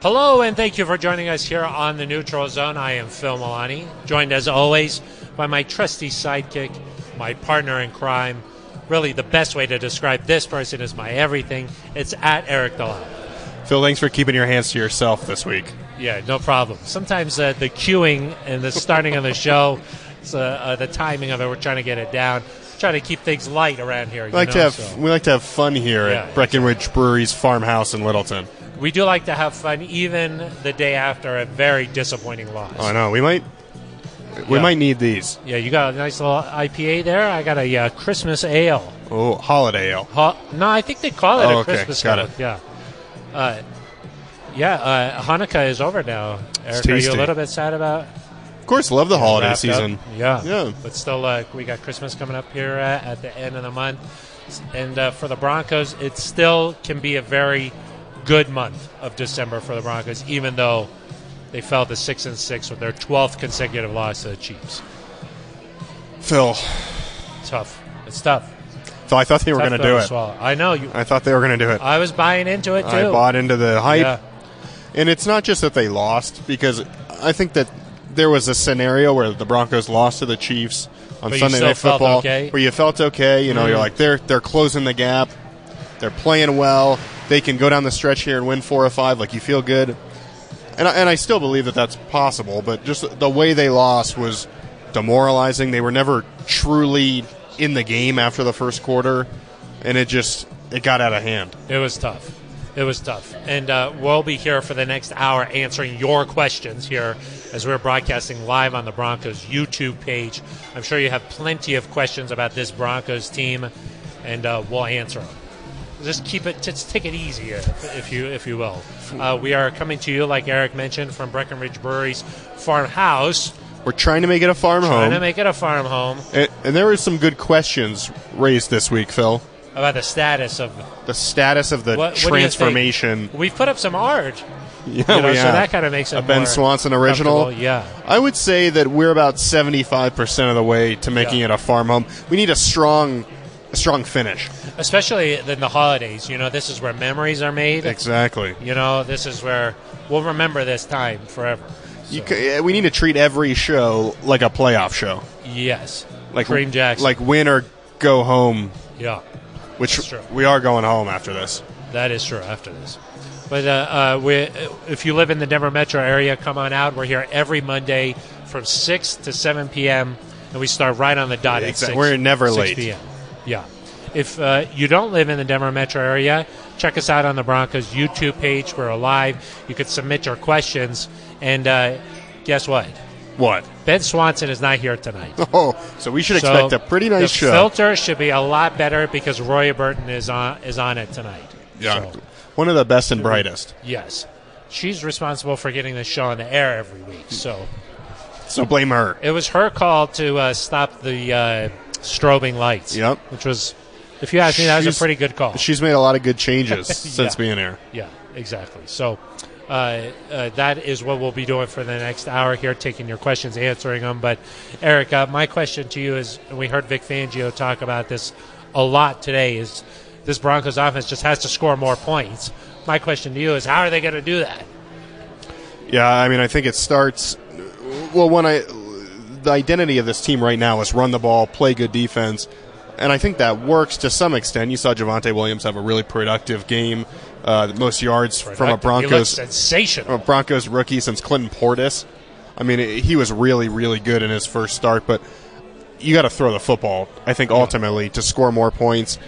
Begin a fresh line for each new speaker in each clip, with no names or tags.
Hello, and thank you for joining us here on the Neutral Zone. I am Phil Milani, joined as always by my trusty sidekick, my partner in crime. Really, the best way to describe this person is my everything. It's at Eric Delisle.
Phil, thanks for keeping your hands to yourself this week.
Yeah, no problem. Sometimes uh, the queuing and the starting of the show, so, uh, the timing of it, we're trying to get it down. Trying to keep things light around here.
We like to have we like to have fun here
Yeah.
at Breckenridge Brewery's farmhouse in Littleton.
we do like to have fun, even the day after a very disappointing loss.
Oh no, we might we
Yeah.
might need these.
Yeah, you got a nice little IPA there. I got a uh, Christmas ale.
Oh, holiday ale.
Ho- no, I think they call it
Oh,
a
okay.
Christmas
Got
ale.
it.
Yeah. Uh, yeah, uh, Hanukkah is over now. Eric, are you a
tasty.
little bit sad about
Of course, love the holiday
wrapped up?
season.
Yeah.
Yeah.
But still, uh, we got Christmas coming up here uh, at the end of the month. And uh, for the Broncos, it still can be a very good month of December for the Broncos, even though they fell to 6 and 6 with their 12th consecutive loss to the Chiefs.
Phil,
Tough. It's tough.
Phil, I thought they were
Tough
going to
pill
do
to
it.
swallow. I know you.
I thought they were going to do it.
I was buying into it too.
I bought into the hype.
Yeah.
And it's not just that they lost, because I think that there was a scenario where the Broncos lost to the Chiefs on
But you
Sunday
still
Night
felt
Football,
okay? Mm-hmm.
where you felt okay. You know, you're like they're they're closing the gap, they're playing well, they can go down the stretch here and win four or five. Like you feel good, and I, and I still believe that that's possible. But just the way they lost was demoralizing. They were never truly in the game after the first quarter, and it just it got out of hand.
It was tough. It was tough. And uh, we'll be here for the next hour answering your questions here as we're broadcasting live on the Broncos YouTube page. I'm sure you have plenty of questions about this Broncos team, and uh, we'll answer them. Just keep it. Just take it easy, if, if you if you will. Uh, we are coming to you, like Eric mentioned, from Breckenridge Brewery's farmhouse.
We're trying to make it a farm
Trying
home.
to make it a farm home.
And, and there were some good questions raised this week, Phil.
About the status of
The status of the
What- what do you think?
transformation.
We've put up some art,
Yeah,
you know,
we
so
have.
that kind of makes it
a Ben
more
Swanson original.
comfortable. Yeah,
I would say that we're about seventy-five percent of the way to making
Yeah.
it a farm home. We need a strong, a strong finish.
especially in the holidays. You know, this is where memories are made.
Exactly.
You know, this is where we'll remember this time forever.
You
So,
ca- yeah, we need to treat every show like a playoff show,
yes,
like
Kareem Jackson.
like win or go home.
yeah, That's
Which
true.
we are going home after this.
that is true. After this. But uh, uh, we, if you live in the Denver metro area, come on out. We're here every Monday from 6 to 7 p.m., and we start right on the dot at
Exact-
6,
we're never
6
late.
p.m. Yeah. If uh, you don't live in the Denver metro area, check us out on the Broncos YouTube page. We're live. You could submit your questions. And uh, guess what?
What?
Ben Swanson is not here tonight.
Oh, so we should expect a pretty
the
nice show.
filter should be a lot better because Roy Burton is on is on it tonight.
yeah,
So,
one of the best and brightest.
yes. She's responsible for getting the show on the air every week. So
So blame her.
it was her call to uh, stop the uh, strobing lights.
Yep.
Which was, if you ask me, that was a
She's-
pretty good call.
She's made a lot of good changes since
Yeah.
being here.
Yeah, exactly. So uh, uh, that is what we'll be doing for the next hour here, taking your questions, answering them. But Eric, uh, my question to you is: and We heard Vic Fangio talk about this a lot today. Is this Broncos offense just has to score more points? My question to you is: How are they going to do that?
Yeah, I mean, I think it starts. Well, when I the identity of this team right now is run the ball, play good defense, and I think that works to some extent. You saw Javante Williams have a really productive game, uh, most yards from a
He looks
Broncos
sensational.
a Broncos rookie since Clinton Portis. I mean, it- he was really, really good in his first start, but you got to throw the football, I think, ultimately, to score more points,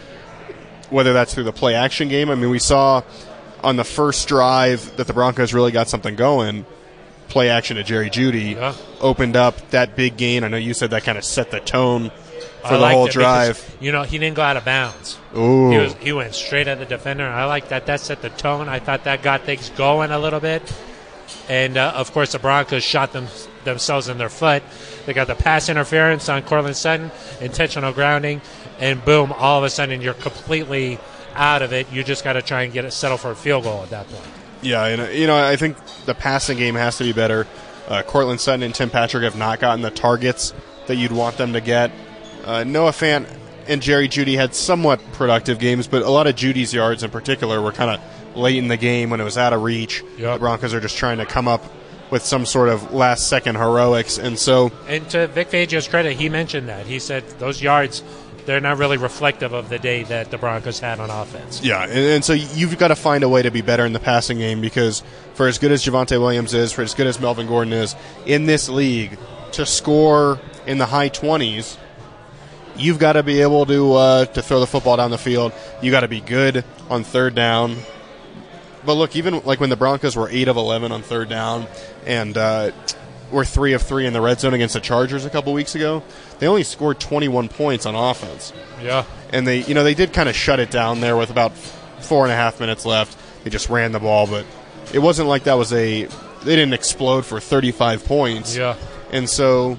whether that's through the play action game. I mean, we saw on the first drive that the Broncos really got something going. Play action to Jerry Judy
Yeah.
opened up that big gain. I know you said that kind of set the tone for
I
the
liked
whole
it because,
drive.
you know, he didn't go out of bounds.
Ooh.
He, was, he went straight at the defender. I like that. That set the tone. I thought that got things going a little bit. And uh, of course, the Broncos shot them, themselves in their foot. They got the pass interference on Cortland Sutton, intentional grounding, and boom! All of a sudden, you're completely out of it. You just got to try and get it settled for a field goal at that point.
Yeah, and uh, you know, I think the passing game has to be better. Uh, Cortland Sutton and Tim Patrick have not gotten the targets that you'd want them to get. Uh, Noah Fant and Jerry Judy had somewhat productive games, but a lot of Judy's yards in particular were kind of late in the game when it was out of reach.
Yep.
The Broncos are just trying to come up with some sort of last second heroics, and so
And to Vic Fangio's credit, he mentioned that. He said those yards, they're not really reflective of the day that the Broncos had on offense.
Yeah, and, and so you've got to find a way to be better in the passing game because for as good as Javante Williams is, for as good as Melvin Gordon is, in this league, to score in the high 20s, you've got to be able to uh, to throw the football down the field. you got to be good on third down. But look, even like when the Broncos were 8 of 11 on third down and uh, were 3 of 3 in the red zone against the Chargers a couple weeks ago, they only scored 21 points on offense
Yeah.
and they you know they did kind of shut it down there with about four and a half minutes left. They just ran the ball, but it wasn't like that was a they didn't explode for 35 points.
Yeah.
and so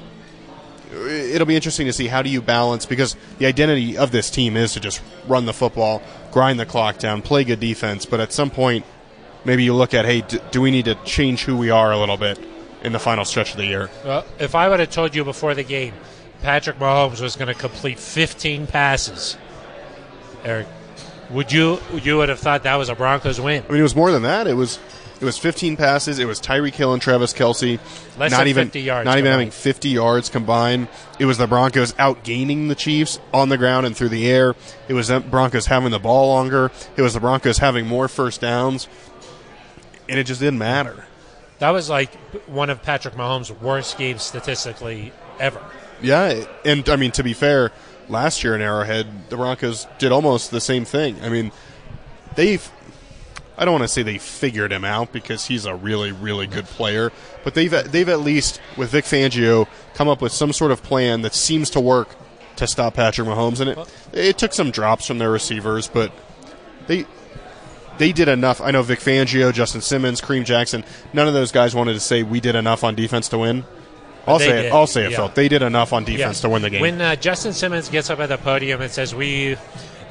i- it'll be interesting to see how do you balance because the identity of this team is to just run the football, grind the clock down, play good defense, but at some point maybe you look at hey, d- do we need to change who we are a little bit in the final stretch of the year?
Well, Uh, if I would have told you before the game, Patrick Mahomes was going to complete 15 passes, Eric, would you you would have thought that was a Broncos win?
I mean, it was more than that. It was it was 15 passes. It was Tyreek Hill and Travis Kelsey.
Less
not
than
even
50 yards
Not even
combined.
having 50 yards combined. It was the Broncos outgaining the Chiefs on the ground and through the air. It was the Broncos having the ball longer. It was the Broncos having more first downs, and it just didn't matter.
That was like one of Patrick Mahomes' worst games statistically ever.
Yeah, it- and I mean to be fair, last year in Arrowhead, the Broncos did almost the same thing. I mean, they I don't want to say they figured him out because he's a really really good player, but they've they've at least with Vic Fangio come up with some sort of plan that seems to work to stop Patrick Mahomes and it it took some drops from their receivers, but they they did enough. I know Vic Fangio, Justin Simmons, Kareem Jackson, none of those guys wanted to say we did enough on defense to win. I'll
They
say it.
did,
I'll say it,
yeah.
Phil. They did enough on defense
Yeah.
to win the game.
When uh, Justin Simmons gets up at the podium and says, "We,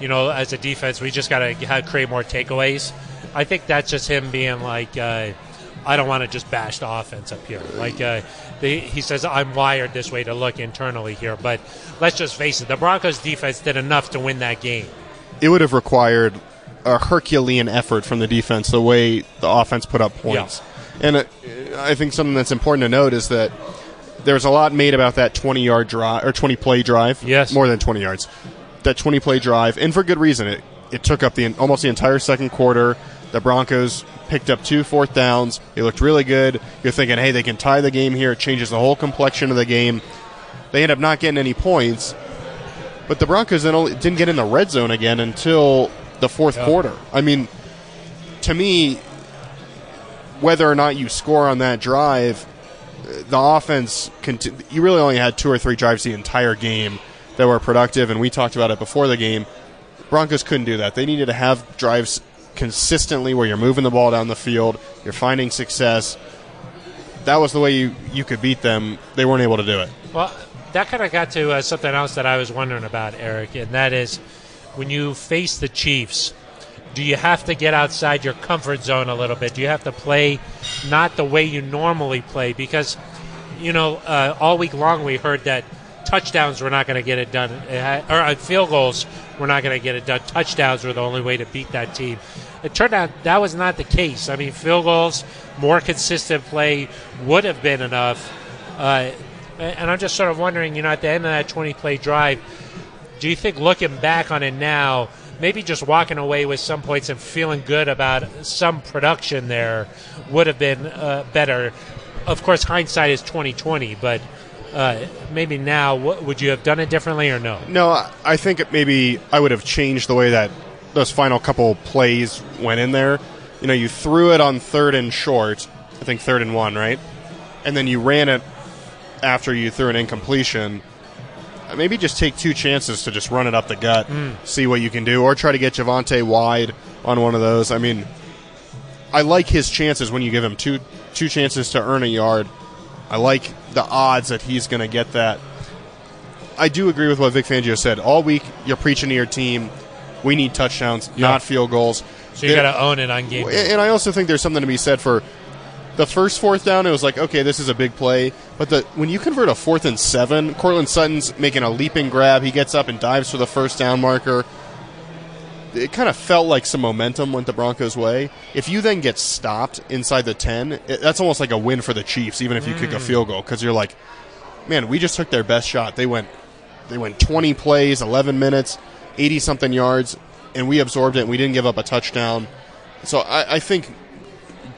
you know, as a defense, we just got to create more takeaways," I think that's just him being like, uh, "I don't want to just bash the offense up here." Like uh, the, he says, "I'm wired this way to look internally here," but let's just face it: the Broncos' defense did enough to win that game.
it would have required a Herculean effort from the defense the way the offense put up points. And uh, I think something that's important to note is that there's a lot made about that 20 yard drive or 20 play drive.
Yes.
More than 20 yards. That 20 play drive, and for good reason. It, it took up the almost the entire second quarter. The Broncos picked up two fourth downs. They looked really good. You're thinking, hey, they can tie the game here. It changes the whole complexion of the game. They end up not getting any points. But the Broncos then only, didn't get in the red zone again until the fourth
Yeah.
quarter. I mean, to me, whether or not you score on that drive, uh, the offense conti- you really only had two or three drives the entire game that were productive, and we talked about it before the game. Broncos couldn't do that. They needed to have drives consistently where you're moving the ball down the field, you're finding success. That was the way you, you could beat them. They weren't able to do it.
Well, that kind of got to uh, something else that I was wondering about, Eric, and that is when you face the Chiefs, do you have to get outside your comfort zone a little bit? Do you have to play not the way you normally play? Because, you know, uh, all week long we heard that touchdowns were not going to get it done, uh, or uh, field goals were not going to get it done. Touchdowns were the only way to beat that team. It turned out that was not the case. I mean, field goals, more consistent play would have been enough. Uh, and I'm just sort of wondering, you know, at the end of that 20 play drive, do you think looking back on it now, maybe just walking away with some points and feeling good about some production there would have been uh, better? Of course, hindsight is 2020, but uh, maybe now, what, would you have done it differently or no?
No, I- I think it maybe I would have changed the way that those final couple plays went in there. You know, you threw it on third and short, I think third and one, right? And then you ran it after you threw an incompletion. Uh, Maybe just take two chances to just run it up the gut,
Mm.
see what you can do, or try to get Javante wide on one of those. I mean, I like his chances when you give him two two chances to earn a yard. I like the odds that he's going to get that. I do agree with what Vic Fangio said. All week, you're preaching to your team, we need touchdowns, not field goals.
So you
There-
got to own it on game. day.
and I also think there's something to be said for the first fourth down, it was like, okay, this is a big play. But the when you convert a fourth and seven, Cortland Sutton's making a leaping grab. He gets up and dives for the first down marker. It kind of felt like some momentum went the Broncos' way. If you then get stopped inside the 10, it, that's almost like a win for the Chiefs, even if you kick a field goal, because you're like, man, we just took their best shot. They went, they went 20 plays, 11 minutes, 80 something yards, and we absorbed it. and We didn't give up a touchdown. So I, I think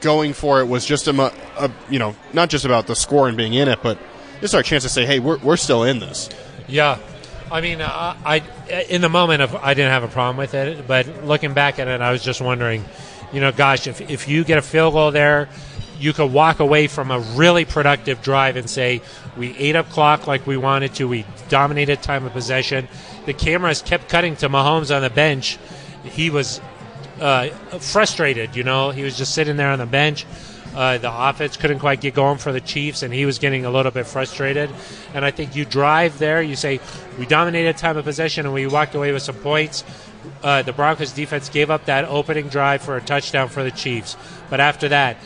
going for it was just a, mu- a, you know, not just about the score and being in it, but just our chance to say, hey, we're, we're still in this.
Yeah, I mean, uh, I in the moment of I didn't have a problem with it, but looking back at it, I was just wondering, you know, gosh, if if you get a field goal there, you could walk away from a really productive drive and say we ate up clock like we wanted to, we dominated time of possession. The cameras kept cutting to Mahomes on the bench. He was uh, frustrated. You know, he was just sitting there on the bench. Uh, the offense couldn't quite get going for the Chiefs, and he was getting a little bit frustrated. And I think you drive there, you say, We dominated time of possession, and we walked away with some points. Uh, the Broncos defense gave up that opening drive for a touchdown for the Chiefs. But after that,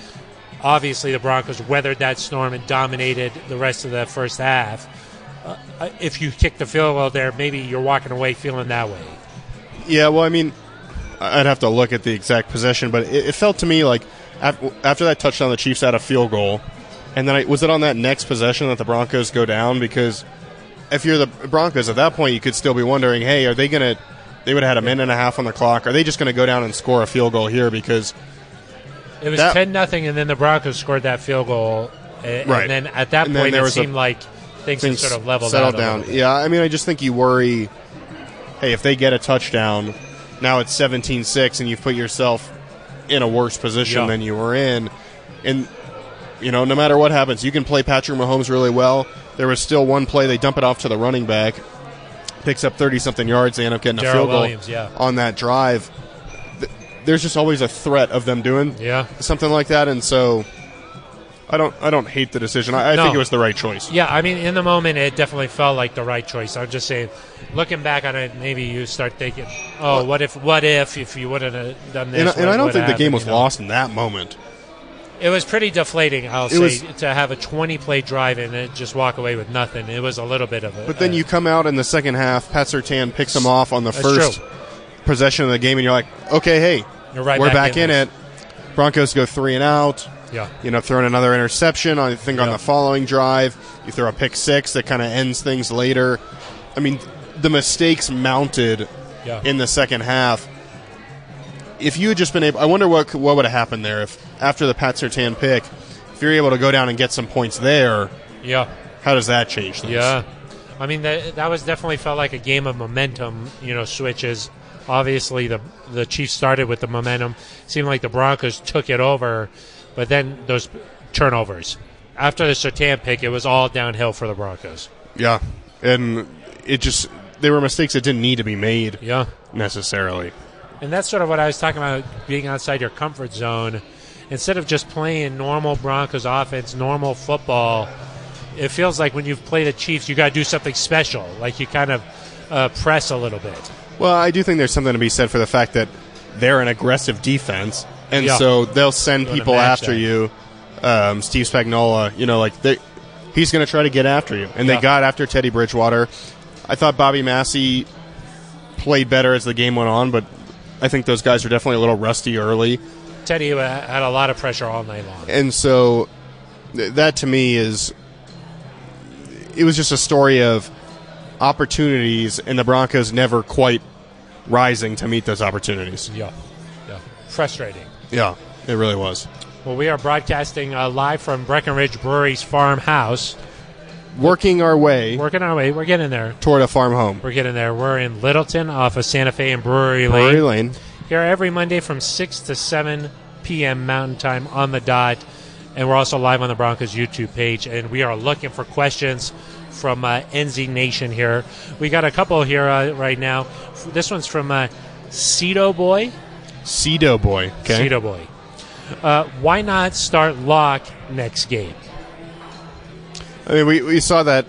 obviously the Broncos weathered that storm and dominated the rest of the first half. Uh, if you kick the field goal there, maybe you're walking away feeling that way.
Yeah, well, I mean, I'd have to look at the exact possession, but it, it felt to me like af- after that touchdown, the Chiefs had a field goal, and then I, was it on that next possession that the Broncos go down? Because if you're the Broncos at that point, you could still be wondering, hey, are they going to? They would have had a minute and a half on the clock. Are they just going to go down and score a field goal here? Because
It was
That-
ten nothing, and then the Broncos scored that field goal. And,
Right.
and then at that
And then
point,
there
it
was a-
seemed like things, had
things
sort of leveled
settled
out a
down.
little bit.
Yeah, I mean, I just think you worry. Hey, if they get a touchdown, now it's 17-6, and you've put yourself in a worse position
Yeah.
than you were in. And you know, no matter what happens, you can play Patrick Mahomes really well. There was still one play; they dump it off to the running back, picks up thirty something yards. They end up getting
Darrell
a field goal
Williams, yeah.
on that drive. Th- There's just always a threat of them doing
Yeah.
something like that, and so I don't I don't hate the decision. I, I
No.
think it was the right choice.
Yeah, I mean, in the moment, it definitely felt like the right choice. I'm just saying, looking back on it, maybe you start thinking, oh, what if, what if, if you wouldn't have done this?
and, I- and
what
I don't
would
think the
happen,
game was
you know?
lost in that moment.
It was pretty deflating, I'll say,
was-
to have a 20 play drive and then just walk away with nothing. It was a little bit of a.
But then
a-
you come out in the second half, Pat Sertan picks him off on the
That's
first
true.
possession of the game, and you're like, okay, hey,
You're right
we're
back
back,
in
in,
this.
it. Broncos go three and out.
Yeah.
You know, throwing another interception. I think on
Yeah.
the following drive, you throw a pick six that kind of ends things later. I mean, the mistakes mounted
Yeah.
in the second half. If you had just been able, I wonder what what would have happened there if after the Pat Sertan pick, if you're able to go down and get some points there,
yeah.
how does that change things?
Yeah, I mean that that was definitely felt like a game of momentum. You know, switches. Obviously, the the Chiefs started with the momentum. Seemed like the Broncos took it over, but then those turnovers. After the Sertan pick, it was all downhill for the Broncos.
Yeah, and it just there were mistakes that didn't need to be made
Yeah.
necessarily.
And that's sort of what I was talking about being outside your comfort zone. Instead of just playing normal Broncos offense, normal football, it feels like when you play the Chiefs, you got to do something special. Like you kind of uh, press a little bit.
Well, I do think there's something to be said for the fact that they're an aggressive defense, and
Yeah.
so they'll send
Wanna
people
match
after
that.
you. Um, Steve Spagnuolo, you know, like they, he's going to try to get after you, and
Yeah.
they got after Teddy Bridgewater. I thought Bobby Massey played better as the game went on, but I think those guys are definitely a little rusty early.
Teddy uh, had a lot of pressure all night long.
and so th- that to me is it was just a story of opportunities and the broncos never quite rising to meet those opportunities
Yeah, yeah, frustrating.
yeah it really was
Well, we are broadcasting uh, live from Breckenridge Brewery's farmhouse.
working our way
Working our way, we're getting there.
toward a farm home
We're getting there. We're in Littleton, off of Santa Fe and Brewery Lane.
Brewery lane
Here every Monday from six to seven p.m. Mountain Time on the dot, and we're also live on the Broncos YouTube page. And we are looking for questions from uh, NZ Nation here. We got a couple here uh, right now. F- This one's from uh, Cedo Boy.
cedo boy okay
Cheeto Boy. Uh, why not start Locke next game?
i mean we, we saw that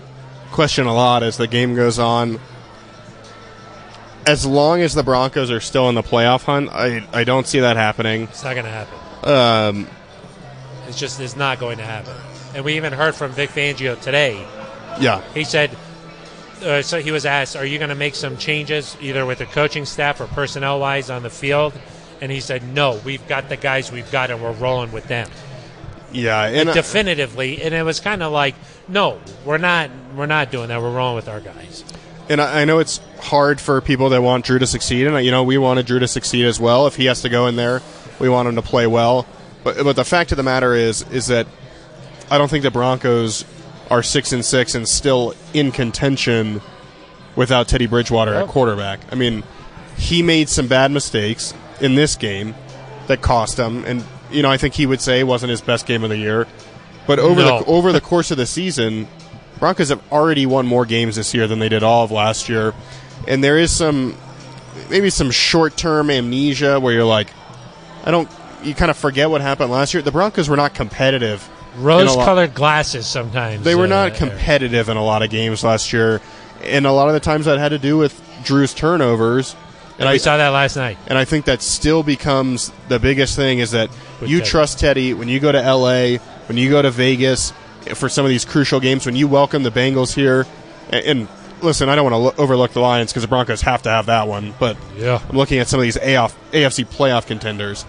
question a lot as the game goes on as long as the broncos are still in the playoff hunt i, I don't see that happening
It's not going to happen.
um,
It's just is not going to happen. And we even heard from Vic Fangio today.
Yeah.
He said, uh, so he was asked, "Are you going to make some changes either with the coaching staff or personnel wise on the field?" And he said, "No, we've got the guys we've got, and we're rolling with them."
Yeah. And I-
definitively and it was kind of like no we're not we're not doing that we're wrong with our guys
and I, I know it's hard for people that want Drew to succeed, and you know we wanted Drew to succeed as well. If he has to go in there, we want him to play well. But but the fact of the matter is is that I don't think the Broncos are six and six and still in contention without Teddy Bridgewater
Yep.
at quarterback. I mean, he made some bad mistakes in this game that cost him, and you know I think he would say it wasn't his best game of the year. But over
No.
the over the course of the season, Broncos have already won more games this year than they did all of last year, and there is some maybe some short term amnesia where you're like, I don't. You kind of forget what happened last year. The Broncos were not competitive. in a lot-
rose colored glasses sometimes
They were
uh,
not
Eric.
competitive in a lot of games last year, and a lot of the times that had to do with Drew's turnovers. And
we
I,
saw that last night
and I think that still becomes the biggest thing is that
With
you
Teddy.
trust Teddy when you go to LA, when you go to Vegas for some of these crucial games, when you welcome the Bengals here. And, and listen, I don't want to lo- overlook the Lions because the Broncos have to have that one, but
Yeah.
I'm looking at some of these AF- AFC playoff contenders.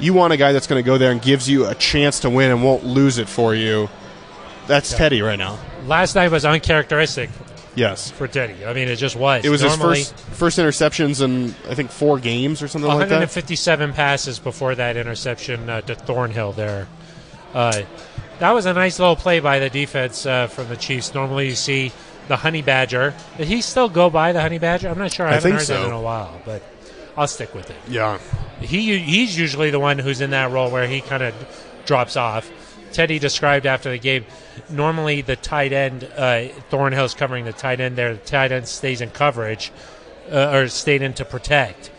You want a guy that's going to go there and gives you a chance to win and won't lose it for you. That's Teddy right now.
last night was uncharacteristic
Yes.
for Teddy I mean it just was
It was
Normally,
his first first interceptions in I think four games or something like that.
157 passes before that interception uh, to Thornhill there uh, that was a nice little play by the defense uh, from the Chiefs normally you see the Honey Badger did he still go by the Honey Badger I'm not sure I, haven't
think
heard that
so.
in a while but I'll stick with it
Yeah.
he he's usually the one who's in that role where he kind of drops off. Teddy described after the game. Normally, the tight end uh, Thornhill's covering the tight end there. The tight end stays in coverage uh, or stayed in to protect.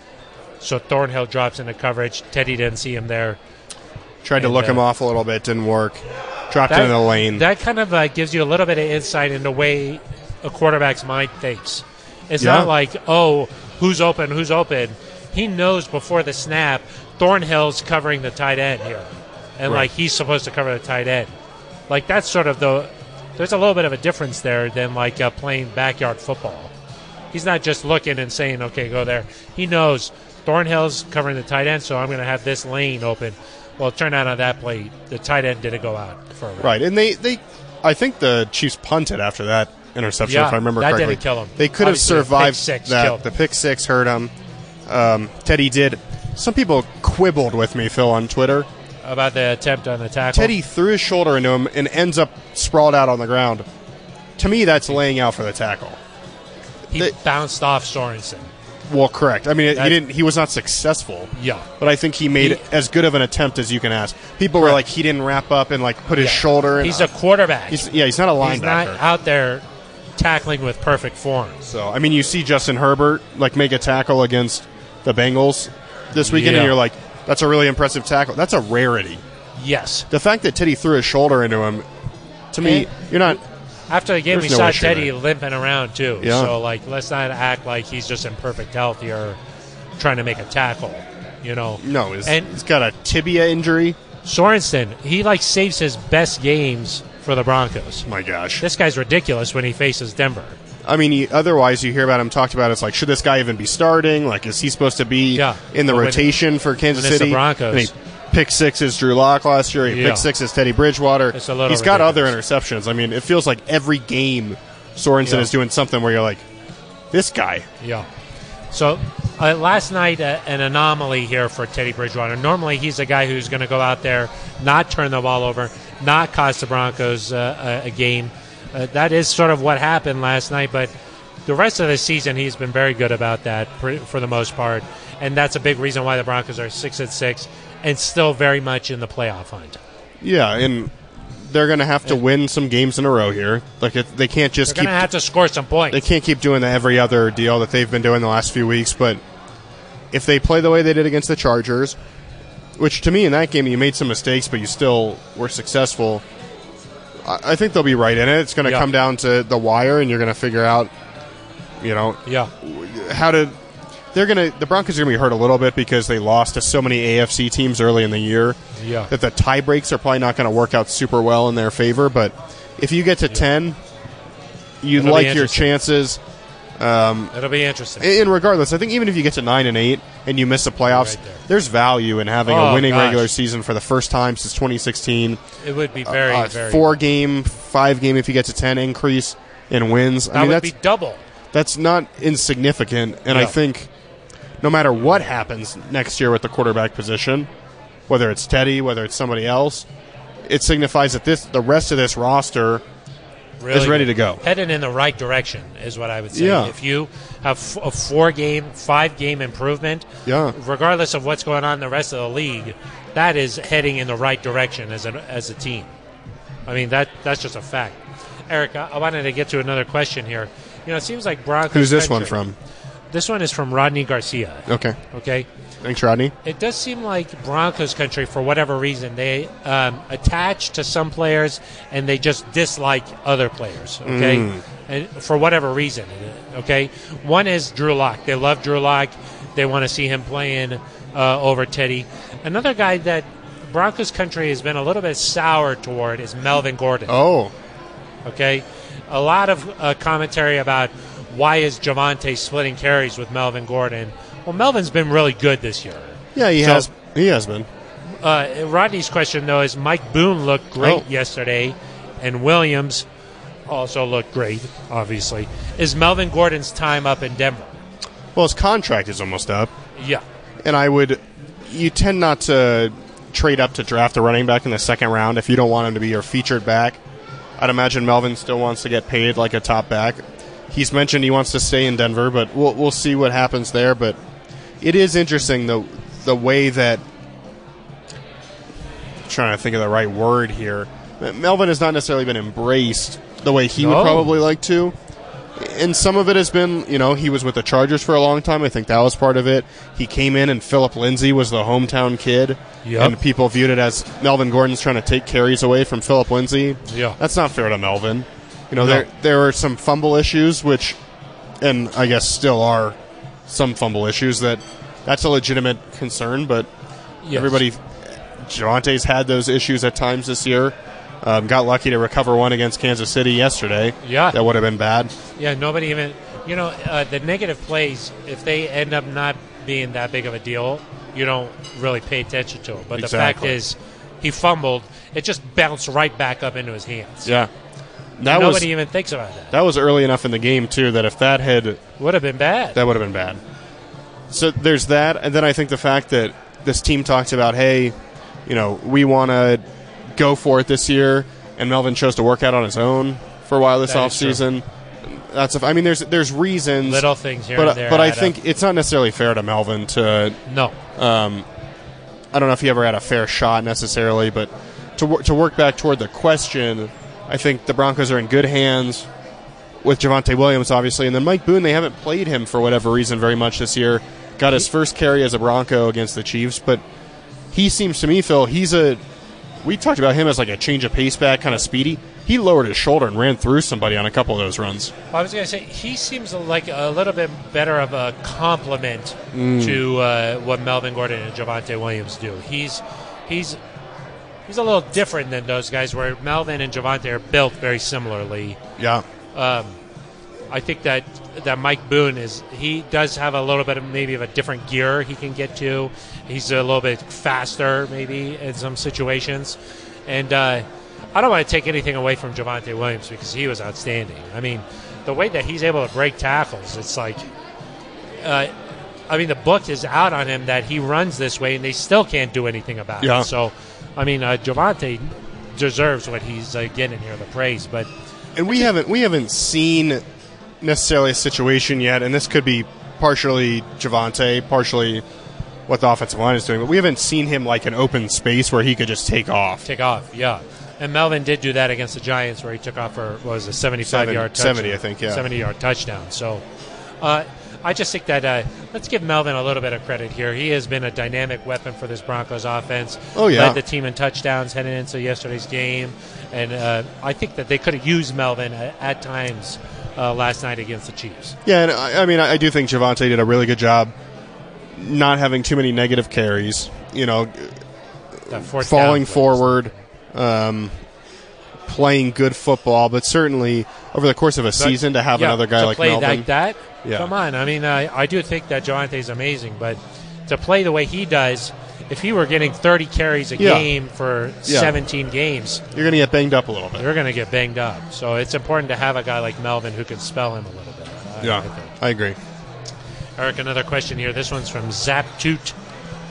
So Thornhill drops into coverage. Teddy didn't see him there.
Tried to
And,
look
uh,
him off a little bit, didn't work. Dropped into the lane.
That kind of uh, gives you a little bit of insight into the way a quarterback's mind thinks. It's
Yeah.
not like, oh, who's open, who's open. He knows before the snap, Thornhill's covering the tight end here. And,
Right.
like, he's supposed to cover the tight end. Like, that's sort of the. There's a little bit of a difference there than, like, uh, playing backyard football. He's not just looking and saying, okay, go there. He knows Thornhill's covering the tight end, so I'm going to have this lane open. Well, it turned out on that play, the tight end didn't go out for a run.
right. And they, they I think the Chiefs punted after that interception,
Yeah,
if I remember
that
correctly.
didn't kill him.
They could have
Obviously, the pick
survived
six
that.
killed him.
The pick six hurt him. Um, Teddy did. Some people quibbled with me, Phil, on Twitter.
about the attempt on the tackle.
Teddy threw his shoulder into him and ends up sprawled out on the ground. To me, that's laying out for the tackle.
he
they-
bounced off Sorensen.
Well, correct. I mean,
That-
he didn't. He was not successful.
Yeah.
But I think he made as good of an attempt as you can ask. People were like, he didn't wrap up and like put his shoulder. And
He's a quarterback.
He's, yeah, he's not a
He's not
linebacker.
out there tackling with perfect form.
so I mean, you see Justin Herbert like make a tackle against the Bengals this weekend,
Yeah.
and you're like, that's a really impressive tackle. That's a rarity.
Yes.
The fact that Teddy threw his shoulder into him, to me,
And-
you're not.
After the game,
There's
we
no
saw
issue
Teddy
there.
limping around too.
Yeah.
So like, let's not act like he's just in perfect health or trying to make a tackle. You know.
No, he's,
And-
he's got a tibia injury.
Sorensen, he like saves his best games for the Broncos.
My gosh.
This guy's ridiculous when he faces Denver.
I mean, he, otherwise you hear about him talked about. It's like, should this guy even be starting? Like, is he supposed to be
Yeah.
in the
When-
rotation for Kansas
when it's the
City?
Broncos.
And he pick six is Drew Lock last year. He
Yeah.
pick six is Teddy Bridgewater.
It's a little
He's got other
ridiculous.
interceptions. I mean, it feels like every game Sorensen
Yeah.
is doing something where you're like, this guy.
Yeah. So uh, last night, uh, an anomaly here for Teddy Bridgewater. Normally, he's a guy who's going to go out there, not turn the ball over, not cost the Broncos uh, a, a game. Uh, that is sort of what happened last night, but the rest of the season, he's been very good about that for, for the most part, and that's a big reason why the Broncos are six and six and still very much in the playoff hunt.
Yeah, and they're going to have to win some games in a row here. Like, it, they can't just
They're going
keep
to have to score some points.
they can't keep doing the every other deal that they've been doing the last few weeks. But if they play the way they did against the Chargers, which to me in that game you made some mistakes, but you still were successful, I, I think they'll be right in it. It's going to
Yeah.
come down to the wire, and you're going to figure out, you know,
yeah.
how to they're gonna the Broncos are gonna be hurt a little bit because they lost to so many AFC teams early in the year.
Yeah.
That the tie breaks are probably not gonna work out super well in their favor. But if you get to ten, you
It'll be
like your
interesting.
chances.
It'll be interesting.
And regardless, I think even if you get to nine and eight and you miss the playoffs,
Right there.
there's value in having
Oh,
a winning
gosh.
regular season for the first time since 2016.
It would be very,
Uh,
very.
four game, five game if you get to ten increase in wins.
that
I mean
would
that's
be double.
that's not insignificant. And I
Yeah.
think no matter what happens next year with the quarterback position, whether it's Teddy, whether it's somebody else, it signifies that this the rest of this roster.
Really
is ready
good.
to go.
Headed in the right direction is what I would say.
Yeah.
If you have f- a four-game, five-game improvement,
Yeah.
regardless of what's going on in the rest of the league, that is heading in the right direction as a, as a team. I mean that that's just a fact. Eric, I, I wanted to get to another question here. You know, it seems like Broncos.
Who's this one
country-
from?
This one is from Rodney Garcia.
Okay,
Okay,
thanks, Rodney.
it does seem like Broncos country, for whatever reason, they um, attach to some players and they just dislike other players. Okay, and for whatever reason, okay. One is Drew Lock. They love Drew Lock. They want to see him playing uh, over Teddy. Another guy that Broncos country has been a little bit sour toward is Melvin Gordon
Oh,
okay? A lot of uh, commentary about why is Javante splitting carries with Melvin Gordon. Well, Melvin's been really good this year.
yeah, he
So-
has. He has been.
Uh, Rodney's question, though, is Mike Boone looked great
Oh.
yesterday, and Williams also looked great, obviously. Is Melvin Gordon's time up in Denver?
Well, his contract is almost up,
Yeah.
and I would. You tend not to trade up to draft a running back in the second round if you don't want him to be your featured back. I'd imagine Melvin still wants to get paid like a top back. He's mentioned he wants to stay in Denver, but we'll we'll see what happens there. But it is interesting the the way that trying to think of the right word here. Melvin has not necessarily been embraced the way he
No.
would probably like to. And some of it has been, you know, he was with the Chargers for a long time. I think that was part of it. He came in, and Philip Lindsay was the hometown kid,
Yep.
and people viewed it as Melvin Gordon's trying to take carries away from Philip Lindsay.
Yeah.
that's not fair to Melvin. You know,
No.
there there were some fumble issues, which, and I guess still are some fumble issues that that's a legitimate concern. But
Yes.
Everybody, Javante's had those issues at times this year. Um, got lucky to recover one against Kansas City yesterday.
Yeah.
that would have been bad.
Yeah, nobody even. You know, uh, the negative plays, if they end up not being that big of a deal, you don't really pay attention to it. But the
Exactly.
fact is, he fumbled. It just bounced right back up into his hands.
Yeah, that
nobody
was
even thinks about that.
that was early enough in the game too that if that had
Would have been bad.
that would have been bad. So there's that, and then I think the fact that this team talked about, hey, you know, we want to go for it this year, and Melvin chose to work out on his own for a while this
That is true.
offseason. That's a, I mean, there's there's reasons,
Little things here
but
and there.
but I
add up.
think it's not necessarily fair to Melvin to
no.
I don't know if he ever had a fair shot necessarily, but to, wor- to work back toward the question, I think the Broncos are in good hands with Javante Williams, obviously. And then Mike Boone, they haven't played him for whatever reason very much this year. Got his first carry as a Bronco against the Chiefs, but he seems to me, Phil, he's a. We talked about him as like a change of pace back, kind of speedy. He lowered his shoulder and ran through somebody on a couple of those runs.
I was going to say he seems like a little bit better of a complement to uh, what Melvin Gordon and Javante Williams do. He's he's he's a little different than those guys. Where Melvin and Javante are built very similarly.
Yeah.
I think that that Mike Boone is he does have a little bit of maybe of a different gear he can get to. He's a little bit faster maybe in some situations, and uh, I don't want to take anything away from Javante Williams because he was outstanding. I mean, the way that he's able to break tackles, it's like, uh, I mean, the book is out on him that he runs this way and they still can't do anything about
Yeah.
it. So, I mean, uh, Javante deserves what he's uh, getting here, the praise, but.
and we haven't we haven't seen necessarily a situation yet, and this could be partially Javante, partially what the offensive line is doing, but we haven't seen him like an open space where he could just take off.
take off. Yeah, and Melvin did do that against the Giants, where he took off for what was a seventy-five
Seven-
yard
70,
touchdown.
I think, yeah.
seventy-yard touchdown. So, uh, I just think that uh, let's give Melvin a little bit of credit here. He has been a dynamic weapon for this Broncos offense.
Oh, yeah.
led the team in touchdowns heading into yesterday's game, and uh, I think that they could have used Melvin at, at times uh, last night against the Chiefs.
Yeah, and I, I mean, I I do think Javante did a really good job not having too many negative carries. You know,
That fourth
falling
down play.
forward, um, playing good football, but certainly over the course of a season to have
Yeah,
another guy
to
like
play
Melvin.
like that.
Yeah.
Come on, I mean, I, I do think that Jonathan's amazing, but to play the way he does, if he were getting 30 carries a
Yeah.
game for
Yeah.
17 games,
You're going to get banged up a little bit.
they're going to get banged up. So it's important to have a guy like Melvin who can spell him a little bit. I- I
Yeah,
think.
I agree.
Eric, another question here. This one's from Zaptoot.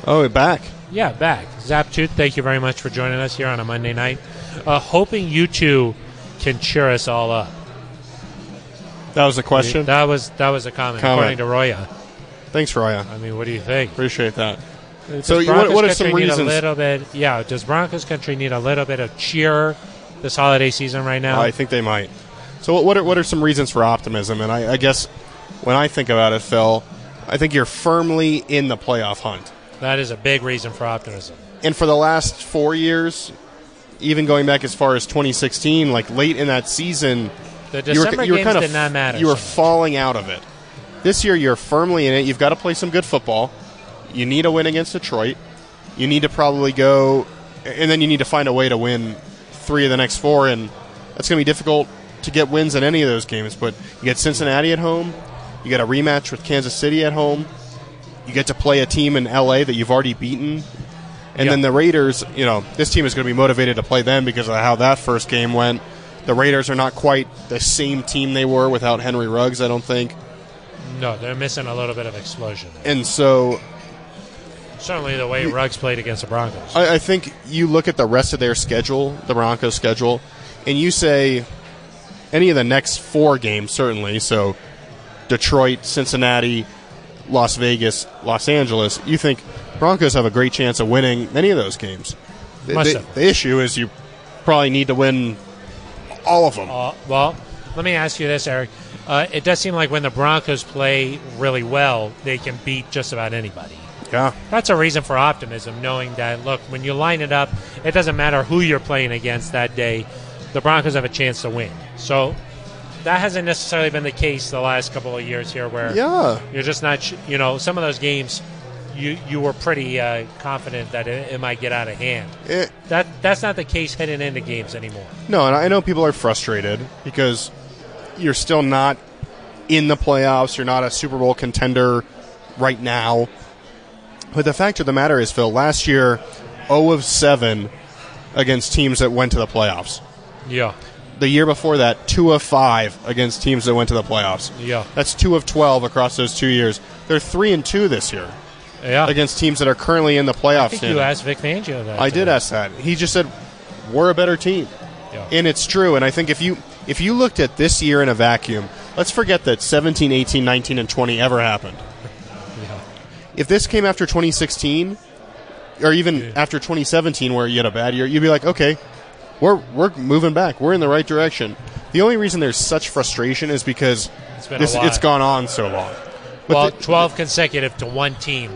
Oh, we're back.
Yeah, back. Zaptoot, thank you very much for joining us here on a Monday night. Uh, hoping you two can cheer us all up.
That was the question.
That was that was a comment,
Comment.
according to Roya.
Thanks, Raya.
I mean, what do you think?
Appreciate that.
Does
So you- what-
Broncos
what are some
country need
reasons-
A little bit, yeah. Does Broncos country need a little bit of cheer this holiday season right now?
I think they might. So what- what are, what are some reasons for optimism? And I, I guess when I think about it, Phil, I think you're firmly in the playoff hunt.
that is a big reason for optimism.
And for the last four years, even going back as far as 2016, like late in that season,
The
you were,
December
you were
games
kind of
did not matter.
You were
so much.
falling out of it. This year, you're firmly in it. You've got to play some good football. You need a win against Detroit. You need to probably go, and then you need to find a way to win three of the next four, and that's going to be difficult to get wins in any of those games. But you get Cincinnati at home. You get a rematch with Kansas City at home. You get to play a team in LA that you've already beaten. And
Yeah.
then the Raiders, you know, this team is going to be motivated to play them because of how that first game went. The Raiders are not quite the same team they were without Henry Ruggs, I don't think.
no, they're missing a little bit of explosion. there.
And so
Certainly, the way Ruggs played against the Broncos.
I, I think you look at the rest of their schedule, the Broncos' schedule, and you say any of the next four games, certainly, so Detroit, Cincinnati, Las Vegas, Los Angeles, you think Broncos have a great chance of winning many of those games. The,
Must
the-
have.
the issue is you probably need to win all of them.
Uh, well, let me ask you this, Eric. Uh, it does seem like when the Broncos play really well, they can beat just about anybody.
yeah.
That's a reason for optimism, knowing that, look, when you line it up, it doesn't matter who you're playing against that day, the Broncos have a chance to win. So that hasn't necessarily been the case the last couple of years here where
Yeah.
you're just not, sh- you know, some of those games. You, you were pretty uh, confident that it, it might get out of hand.
It-
That that's not the case heading into games anymore.
No, and I know people are frustrated because you're still not in the playoffs. You're not a Super Bowl contender right now. But the fact of the matter is, Phil, last year, 0 of 7 against teams that went to the playoffs.
Yeah,
The year before that, 2 of 5 against teams that went to the playoffs.
yeah,
That's 2 of 12 across those two years. They're 3 and 2 this year
yeah.
against teams that are currently in the playoffs.
I think you asked Vic Fangio that.
I did
today.
ask that. He just said, we're a better team
Yeah.
and it's true and i think if you if you looked at this year in a vacuum let's forget that 17 18 19 and 20 ever happened
yeah.
if this came after 2016 or even after 2017 where you had a bad year you'd be like okay we're we're moving back we're in the right direction the only reason there's such frustration is because
It's been a
this,
while.
it's gone on so long but
Well,
the-
twelve consecutive to one team.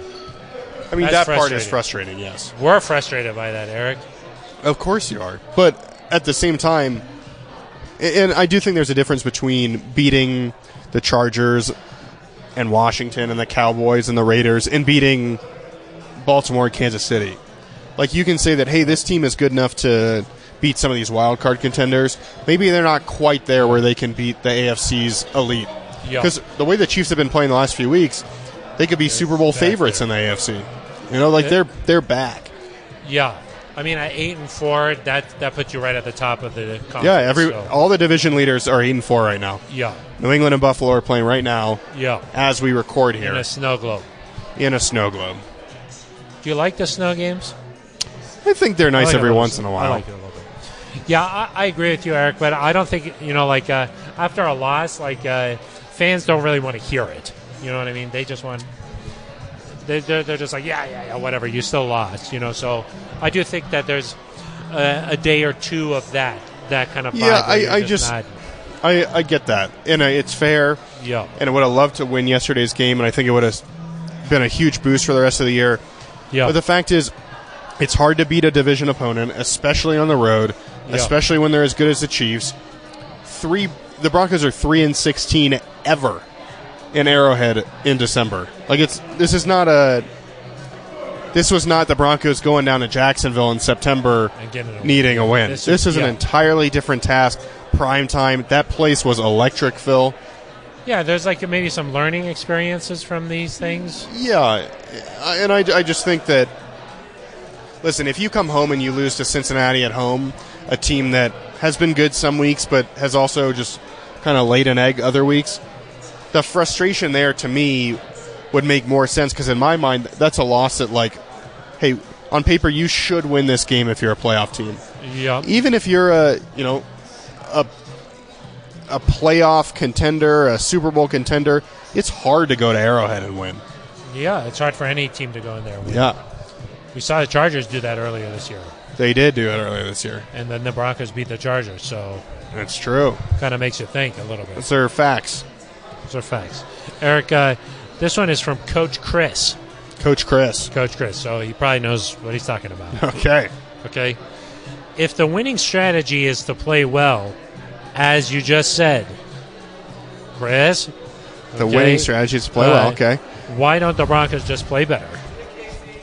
i mean
that's
that part is
frustrating.
frustrating yes
We're frustrated by that, Eric.
Of course you are. But at the same time, a- and I do think there's a difference between beating the Chargers and Washington and the Cowboys and the Raiders and beating Baltimore and Kansas City. Like you can say that, hey, this team is good enough to beat some of these wild card contenders. Maybe they're not quite there where they can beat the AFC's elite.
Yeah.
Because the way the Chiefs have been playing the last few weeks, they could be Super Bowl
back
favorites
there.
in the AFC. You know, like
Yeah.
they're they're back.
Yeah, I mean, at eight and four, that that puts you right at the top of the conference.
Yeah, every
so-
all the division leaders are eight and four right now.
yeah,
New England and Buffalo are playing right now
yeah,
as we record
in
here
a snow globe.
in a snow globe.
Do you like the snow games?
I think they're
I
nice
like it
every
little-
once in a while.
I like it a little bit. Yeah, I, I agree with you, Eric. But I don't think you know, like uh, after a loss, like uh, fans don't really want to hear it. You know what I mean? They just want. They're, they're, they're just like yeah yeah yeah whatever you still lost you know so I do think that there's a, a day or two of that that kind of vibe
Yeah,
where
I-
you're
I
just,
just-
not-
I, I get that, and I, it's fair.
yeah
And I would have loved to win yesterday's game, and I think it would have been a huge boost for the rest of the year.
yeah
But the fact is, it's hard to beat a division opponent, especially on the road,
Yeah.
especially when they're as good as the Chiefs. Three, the Broncos are three and sixteen ever in Arrowhead in December. Like it's this is not a this was not the Broncos going down to Jacksonville in September
And getting a win.
needing a win.
This
This,
is-
is
yeah.
an entirely different task. Prime time. That place was electric, Phil.
Yeah, there's like maybe some learning experiences from these things.
Yeah, I- and I, I just think that listen, if you come home and you lose to Cincinnati at home, a team that has been good some weeks but has also just kind of laid an egg other weeks, the frustration there to me would make more sense because in my mind that's a loss that like, hey, on paper you should win this game if you're a playoff team
Yeah.
even if you're a you know a a playoff contender, a Super Bowl contender, it's hard to go to Arrowhead and win.
Yeah, it's hard for any team to go in there. We,
Yeah,
we saw the Chargers do that earlier this year,
they did do it earlier this year.
and then the Broncos beat the Chargers, so
That's true.
kind of makes you think a little bit.
Those are facts.
Those are facts. Eric, uh, this one is from Coach Chris.
Coach Chris.
Coach Chris, so he probably knows what he's talking about.
Okay.
Okay. If the winning strategy is to play well, as you just said, Chris,
The
Okay.
winning strategy is to play well.
Right.
Okay.
why don't the Broncos just play better?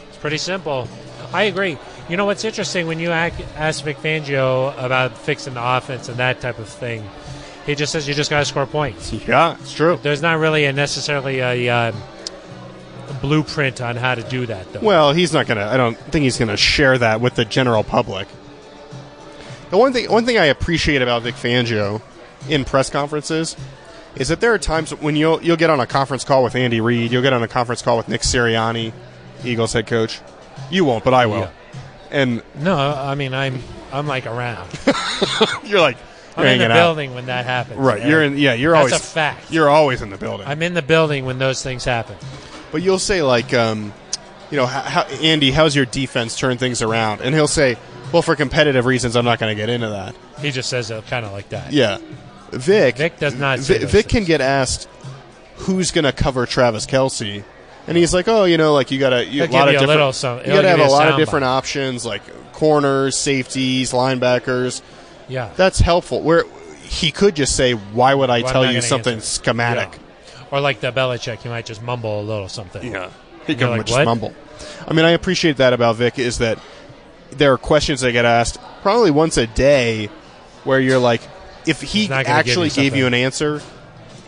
It's pretty simple. I agree. You know what's interesting when you ac- ask Vic Fangio about fixing the offense and that type of thing, he just says you just got to score points.
Yeah, it's true.
There's not really a necessarily a, um, blueprint on how to do that, though.
Well, he's not gonna. I don't think he's gonna share that with the general public. The one thing, one thing I appreciate about Vic Fangio in press conferences is that there are times when you'll you'll get on a conference call with Andy Reid, you'll get on a conference call with Nick Sirianni, Eagles head coach. You won't, but I will.
Yeah.
And
no, I mean I'm I'm like around.
you're like
I'm
you're
in the
hanging out,
building when that happens.
right?
Eric.
You're in. Yeah, you're
That's
always
a fact.
You're always in the building.
I'm in the building when those things happen.
But you'll say like, um, you know, how, how, Andy, how's your defense turn things around? And he'll say, well, for competitive reasons, I'm not going to get into that.
He just says it kind of like that.
Yeah, Vic.
Vic does not say
Vi-
those
Vic can get asked who's going to cover Travis Kelsey, and he's like, oh, you know, like you got to
He'll
a
give
lot
you
of
a
different.
little some-
you
he'll
got to
give
have
you
a
a
lot of
soundbite.
different options, like corners, safeties, linebackers.
Yeah.
That's helpful. Where he could just say, why would
Why
I
am I
tell
gonna
you something
answer?
schematic?
Yeah. Or like the Belichick, he might just mumble a little something.
Yeah, he
You're
can
like,
just
"What?"
mumble. I mean, I appreciate that about Vic is that there are questions that get asked probably once a day, where you're like, if he
not gonna give
actually
you
gave you an
something.
answer,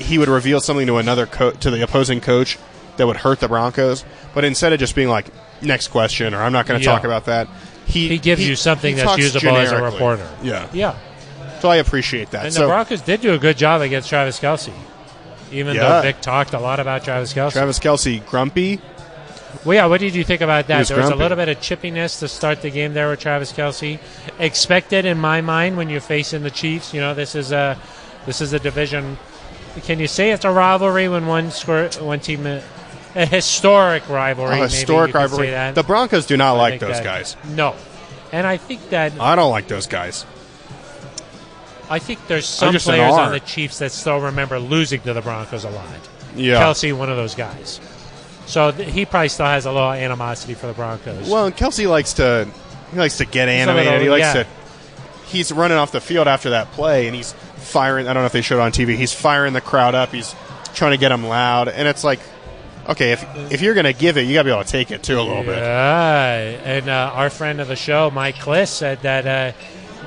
he would reveal something to another co- to the opposing coach that would hurt the Broncos. But instead of just being like, next question, or I'm not going to
Yeah.
talk about that, he
He gives you something
he
that's
talks
usable as a
generically.
reporter.
Yeah,
Yeah.
so I appreciate that.
And
so
the Broncos did do a good job against Travis Kelsey. Even though
Yeah.
Vic talked a lot about Travis Kelsey.
Travis Kelsey, grumpy.
well, yeah, what did you think about that?
was
There was a
grumpy.
little bit of chippiness to start the game there with Travis Kelsey. Expected in my mind when you're facing the Chiefs. You know, this is a this is a division. Can you say it's a rivalry when one square, one team a, a historic rivalry?
a
maybe
historic
you could say
rivalry.
that.
The Broncos do not like
think
those
that-
guys.
No, and I think that
I don't like those guys.
I think there's some
just in
players
awe.
on the Chiefs that still remember losing to the Broncos a lot.
Yeah.
Kelsey, one of those guys. So th- he probably still has a little animosity for the Broncos.
Well, and Kelsey likes to he likes to get animated.
little-
he likes
yeah.
to he's running off the field after that play, and he's firing. I don't know if they showed it on TV. He's firing the crowd up. He's trying to get them loud, and it's like, okay, if if you're gonna give it, you gotta be able to take it too a little bit.
yeah, and uh, our friend of the show, Mike Kliss, said that uh,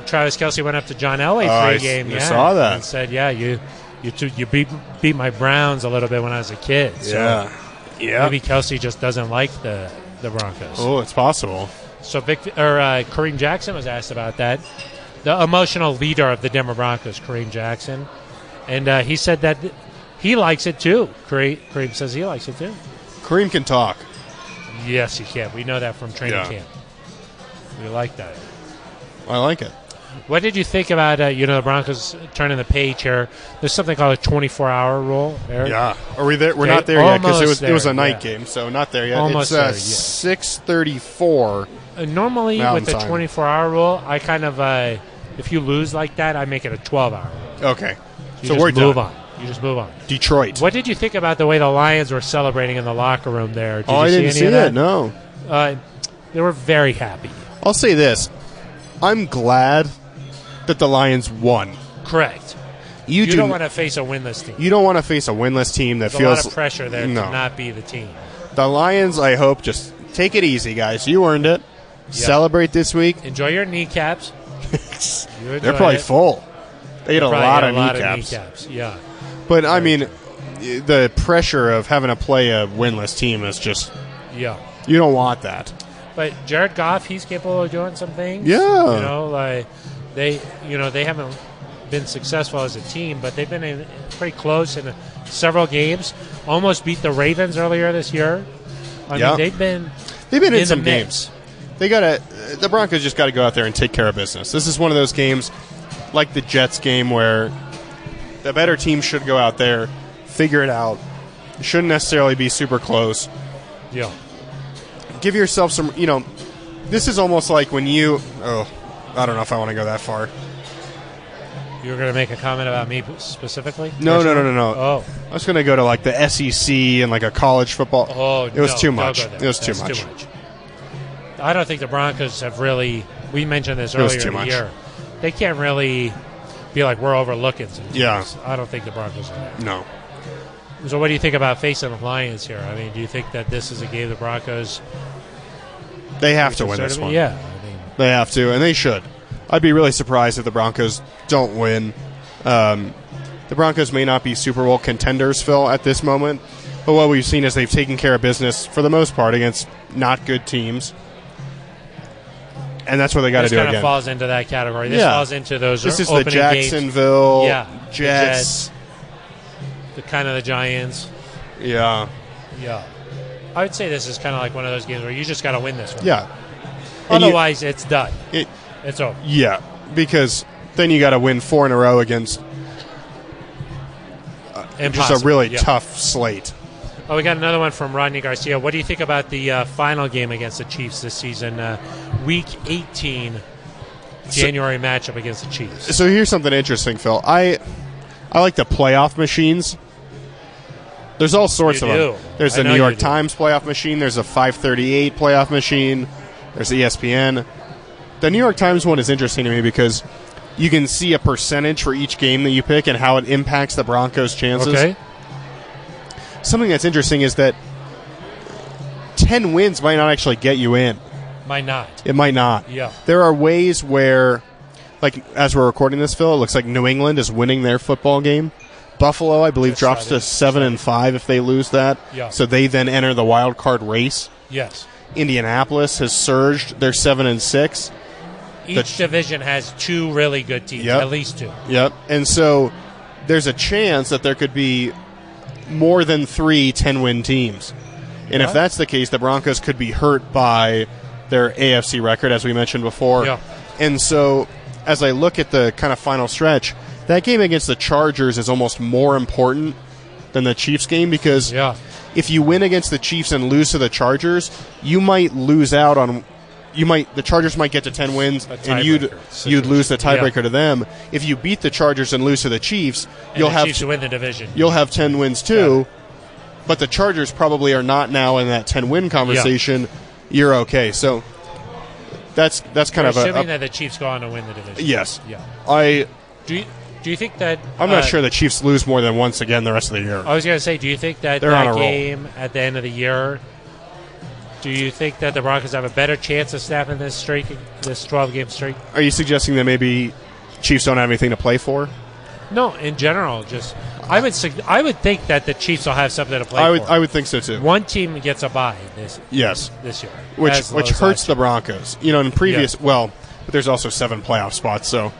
Travis Kelsey went up to John Elway
Oh, I
pre
s-
game.
I
Yeah,
saw that.
and said, "Yeah, you, you, two, you beat beat my Browns a little bit when I was a kid." So
yeah.
maybe Kelsey just doesn't like the the Broncos.
Oh, it's possible.
So Vic or uh, Kareem Jackson was asked about that, the emotional leader of the Denver Broncos, Kareem Jackson, and uh, he said that he likes it too. Kareem, Kareem says he likes it too.
Kareem can talk.
Yes, he can. We know that from training
Yeah.
camp. We like that.
I like it.
What did you think about uh, you know the Broncos turning the page here? There's something called a 24-hour rule. Eric.
Yeah. Are we there? We're
Okay,
not there yet because it
almost
was it was
there,
a night
yeah.
game, so not there yet.
Almost
it's
there,
uh,
yeah.
six thirty four.
Uh, normally
Mountain
with the
time.
24-hour rule, I kind of uh, if you lose like that, I make it a 12-hour. rule.
Okay.
You
so
just
we're
move
done.
on. You just move on.
Detroit.
What did you think about the way the Lions were celebrating in the locker room there? Did
Oh,
you
I
see
didn't
any
see
of
that. No.
Uh, they were very happy.
I'll say this: I'm glad that the Lions won
Correct.
You,
You
do,
don't want to face a winless team.
you don't want to face a winless team that
There's a
feels
lot of pressure there
No.
to not be the team.
The Lions, I hope, just take it easy, guys. You earned it. Celebrate this week.
Enjoy your kneecaps. You enjoy
They're probably
it.
full. They ate a
Probably got
lot, of, kneecaps.
Yeah.
But I mean, the pressure of having to play a winless team is just
Yeah.
you don't want that.
But Jared Goff, he's capable of doing some things.
Yeah.
You know, like they, you know, they haven't been successful as a team, but they've been in, pretty close in several games. Almost beat the Ravens earlier this year. I
Yeah.
mean, they've been
They've been in,
In the
some
mix.
games. They got to the Broncos just got to go out there and take care of business. This is one of those games like the Jets game where the better team should go out there, figure it out. It shouldn't necessarily be super close.
yeah.
give yourself some you know this is almost like when you oh i don't know if i want to go that far
You were going to make a comment about me specifically?
no no no no no
Oh,
i was going to go to like the sec and like a college football
oh,
it was
no,
too
don't
much
go there.
it was too
That's
much.
I don't think the Broncos have really. We mentioned this
was
earlier
too
in the
much.
year. They can't really be like we're overlooking. Some teams.
Yeah.
I don't think the Broncos are. There.
no
So, what do you think about facing the Lions here? I mean, do you think that this is a game the Broncos
they have to win
sort
this
of-
one
Yeah, I mean,
they have to and they should i'd be really surprised if the broncos don't win um, the broncos may not be super bowl contenders phil at this moment but what we've seen is they've taken care of business for the most part against not good teams and that's what they got to
this
do
kind
again
of falls into that category. This
Yeah.
falls into those.
This is the
opening games,
Jacksonville
Yeah, the
Jets.
the kind of the Giants.
Yeah.
Yeah, I would say this is kind of like one of those games where you just got to win this one.
Yeah. And you-
Otherwise, it's done.
it-
It's over.
yeah. Because then you got to win four in a row against
Impossible.
just a really
Yeah.
tough slate.
Oh, we got another one from Rodney Garcia. What do you think about the uh, final game against the Chiefs this season? Uh, week 18, January matchup against the Chiefs.
So here's something interesting, Phil. I I like the playoff machines. There's all sorts
You
of
do.
them. There's
I
the
know
New
you
York
do.
Times playoff machine. There's a 538 playoff machine. There's E ESPN. The New York Times one is interesting to me because you can see a percentage for each game that you pick and how it impacts the Broncos' chances.
Okay.
something that's interesting is that 10 wins might not actually get you in.
Might not.
It might not.
Yeah.
There are ways where, like, as we're recording this, Phil, it looks like New England is winning their football game. Buffalo, I believe,
Just
drops
saw
to
that.
7 and 5 if they lose that.
Yeah.
So they then enter the wild card race.
Yes.
Indianapolis has surged. They're 7 and 6.
Each division has two really good teams,
Yep.
at least two.
Yep. And so there's a chance that there could be more than three 10 win teams. And if
Yeah.
that's the case, the Broncos could be hurt by their AFC record, as we mentioned before.
Yeah.
And so as I look at the kind of final stretch, that game against the Chargers is almost more important than the Chiefs game because
Yeah.
if you win against the Chiefs and lose to the Chargers, you might lose out on you might the Chargers might get to 10 wins and you'd
tiebreaker
you'd lose the tiebreaker
Yeah.
to them. If you beat the Chargers and lose to the Chiefs,
And
you'll
the
have
Chiefs win the division.
you'll have 10 wins too. But the Chargers probably are not now in that 10 win conversation. You're okay. So that's that's kind
We're
of a-
assuming
a,
that the Chiefs go on to win the division.
yes.
Yeah.
I
Do you, do you think that.
I'm not
uh,
sure the Chiefs lose more than once again the rest of the year.
I was going to say, do you think that
They're on a
that
roll.
game at the end of the year? Do you think that the Broncos have a better chance of snapping this streak, this twelve game streak?
Are you suggesting that maybe Chiefs don't have anything to play for?
No, in general, just I would sug- I would think that the Chiefs will have something to play
I would
for.
I would think so too.
One team gets a bye this
Yes.
this year,
which
as
which
Lowe's
hurts
last
the Broncos. You know, in previous
Yeah.
well, but there's also seven playoff spots, so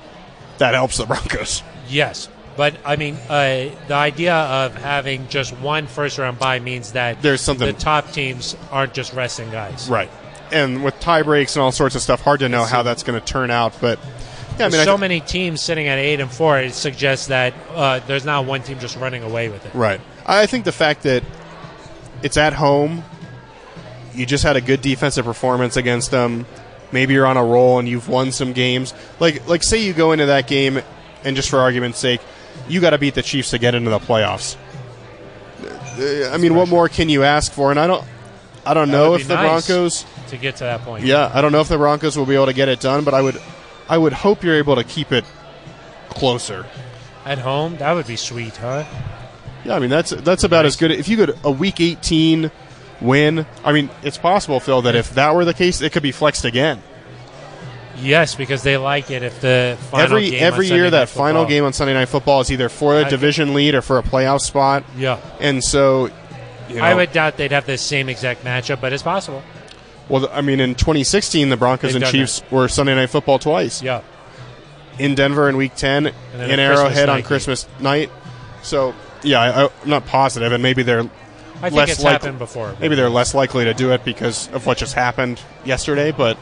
that helps the Broncos.
year. Yes, but I mean, uh, the idea of having just one first round bye means that
There's something-
the top teams aren't just resting guys.
Right. And with tie breaks and all sorts of stuff, hard to know how that's going to turn out. But yeah, I mean, I
so
th-
many teams sitting at eight and four. It suggests that uh, there's not one team just running away with it.
right. I think the fact that it's at home, you just had a good defensive performance against them. Maybe you're on a roll and you've won some games. Like like say you go into that game, and just for argument's sake, you got to beat the Chiefs to get into the playoffs. Uh, I mean, what more can you ask for? And I don't, I don't know
would
if
be
the
nice.
Broncos.
To get to that point,
Yeah, I don't know if the Broncos will be able to get it done, but I would, I would hope you're able to keep it closer.
At home, that would be sweet, huh?
Yeah, I mean that's that's about as good. If you could a week 18 win, I mean it's possible, Phil, that if that were the case, it could be flexed again.
Yes, because they like it if the final
every
game on
every
Sunday
year
Night
that final
Football-
game on Sunday Night Football is either for a
I-
division lead or for a playoff spot,
Yeah,
and so you know,
I would doubt they'd have the same exact matchup, but it's possible.
Well, I mean, in 2016, the Broncos
They've
and
done
Chiefs were Sunday Night Football twice
Yeah,
in Denver in Week 10,
then
in
a Christmas
Arrowhead
night
on
game.
Christmas night. So, yeah, I, I, I'm not positive, and maybe they're
I think
Less
it's
likely-
happened before.
maybe they're less likely to do it because of what just happened yesterday. But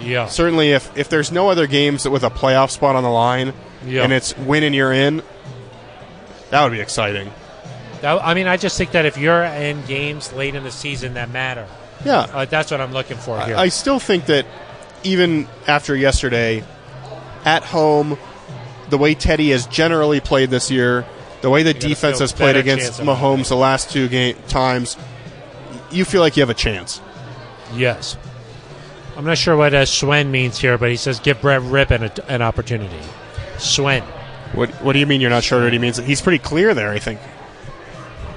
Yeah,
certainly, if if there's no other games with a playoff spot on the line,
Yeah.
and it's win and you're in, that would be exciting.
That- I mean, I just think that if you're in games late in the season that matter,
Yeah,
uh, that's what I'm looking for here.
I, I still think that even after yesterday, at home, the way Teddy has generally played this year, the way the
gotta
defense
feel
has played
better
against
chance about
Mahomes the last two game times, you feel like you have a chance.
yes, I'm not sure what uh, Swen means here, but he says give Brett Rippon a, an opportunity. Swen,
What What do you mean? You're not sure what he means? He's pretty clear there. I think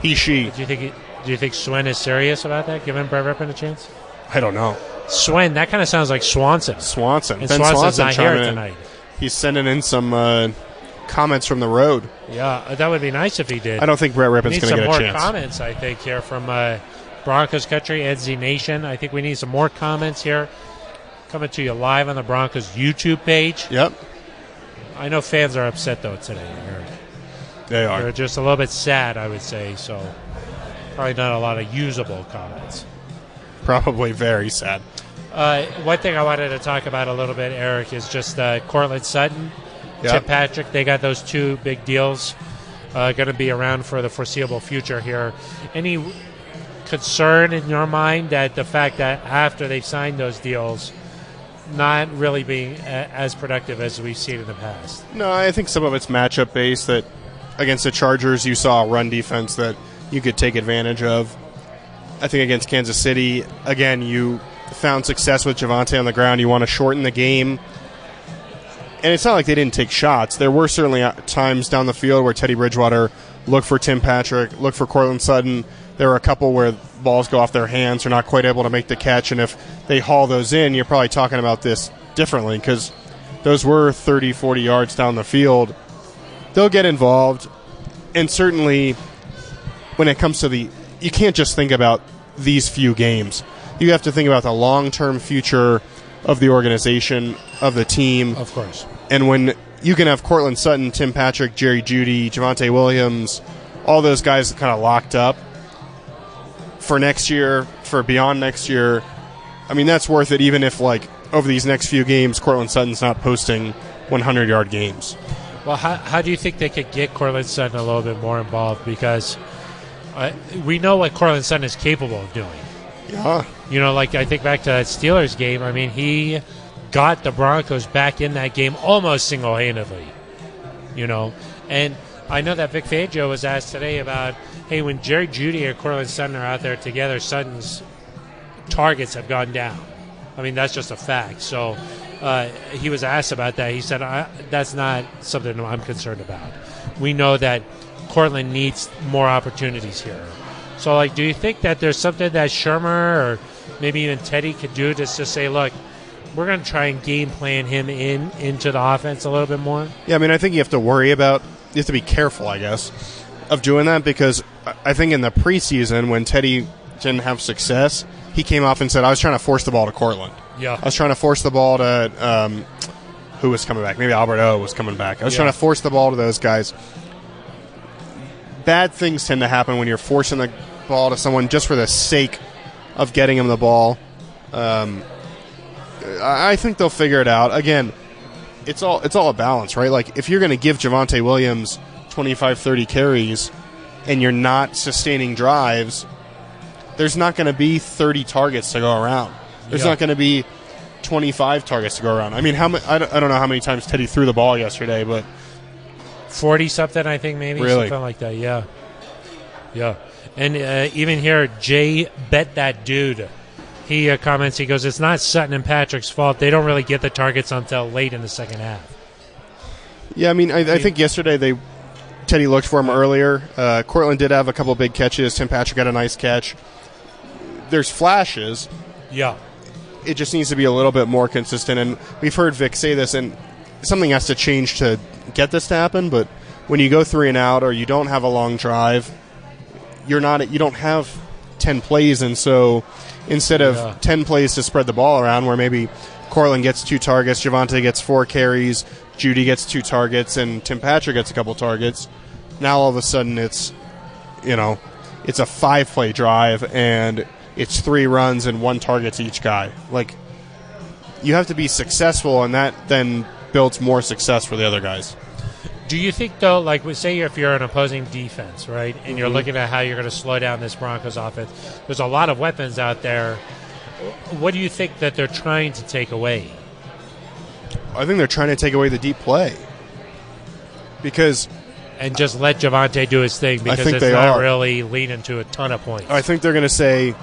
he she.
do you think he, do you think Swen is serious about that? Giving Brett Rippon a chance?
I don't know.
Swen, that kind of sounds like Swanson.
Swanson.
And
ben
Swanson's
Swanson
not here
chiming in.
tonight.
He's sending in some uh, comments from the road.
Yeah, uh, that would be nice if he did.
I don't think Brett
we
Rippin's
need
going
some
to get
more
a chance.
comments, I think, here from uh, Broncos Country, Ed Z Nation. I think we need some more comments here. Coming to you live on the Broncos YouTube page.
Yep,
I know fans are upset though today. They're,
they are.
they're just a little bit sad, I would say. So probably not a lot of usable comments.
Probably very sad.
Uh, one thing I wanted to talk about a little bit, Eric, is just uh, Cortland Sutton,
Yeah.
Tim Patrick. They got those two big deals uh, going to be around for the foreseeable future here. Any concern in your mind that the fact that after they've signed those deals, not really being a- as productive as we've seen in the past?
No, I think some of it's matchup based. That against the Chargers, you saw a run defense that you could take advantage of. I think against Kansas City, again, you found success with Javante on the ground. You want to shorten the game. And it's not like they didn't take shots. There were certainly uh, times down the field where Teddy Bridgewater looked for Tim Patrick, looked for Cortland Sutton. There were a couple where balls go off their hands, they're not quite able to make the catch. And if they haul those in, you're probably talking about this differently because those were 30, 40 yards down the field. They'll get involved. And certainly, when it comes to the you can't just think about these few games you have to think about the long-term future of the organization of the team
Of course.
and when you can have Cortland Sutton, Tim Patrick, Jerry Judy, Javante Williams, all those guys kind of locked up for next year, for beyond next year, I mean, that's worth it, even if, like, over these next few games, Cortland Sutton's not posting 100 yard games.
Well, how, how do you think they could get Cortland Sutton a little bit more involved? Because uh, we know what Cortland Sutton is capable of doing.
Yeah.
You know, like I think back to that Steelers game. I mean, he got the Broncos back in that game almost single handedly. You know, and I know that Vic Fangio was asked today about, hey, when Jerry Judy or Corlin Sutton are out there together, Sutton's targets have gone down. I mean, that's just a fact. So uh, he was asked about that. He said, I, that's not something I'm concerned about. We know that Cortland needs more opportunities here. So, like, do you think that there's something that Shermer or maybe even Teddy could do just to say, look, we're going to try and game plan him in into the offense a little bit more?
Yeah, I mean, I think you have to worry about, you have to be careful, I guess, of doing that because I- I think in the preseason when Teddy didn't have success, he came off and said, I was trying to force the ball to Cortland. I
Yeah.
was trying to force the ball to um, who was coming back. Maybe Albert O was coming back. I was
Yeah.
trying to force the ball to those guys. Bad things tend to happen when you're forcing the ball to someone just for the sake of getting them the ball. Um, I I think they'll figure it out. Again, it's all it's all a balance, right? Like if you're going to give Javante Williams 25, 30 carries, and you're not sustaining drives, there's not going to be 30 targets to go around. There's
Yeah.
not going to be 25 targets to go around. I mean, how many? I don't, I don't know how many times Teddy threw the ball yesterday, but
40 something, I think, maybe.
Really?
Something like that. Yeah. Yeah. And uh, even here, Jay Bet That Dude, he uh, comments, he goes, it's not Sutton and Patrick's fault. They don't really get the targets until late in the second half.
yeah, I mean, I, I think yesterday they Teddy looked for him earlier. Uh, Cortland did have a couple big catches. Tim Patrick had a nice catch. There's flashes.
Yeah.
It just needs to be a little bit more consistent. And we've heard Vic say this, and something has to change to get this to happen. But when you go three and out, or you don't have a long drive, you're not. You don't have ten plays, and so instead of
Yeah.
ten plays to spread the ball around, where maybe Cortland gets two targets, Javante gets four carries, Judy gets two targets, and Tim Patrick gets a couple targets. Now all of a sudden, it's you know, it's a five play drive and it's three runs and one target to each guy. Like you have to be successful and that then builds more success for the other guys.
Do you think though, like we say, if you're an opposing defense, right, and
Mm-hmm.
you're looking at how you're going to slow down this Broncos offense, there's a lot of weapons out there. What do you think that they're trying to take away?
I think they're trying to take away the deep play. Because
and just let Javante do his thing because
think
it's
they
not
are.
really leading to a ton of points.
I think they're going to say,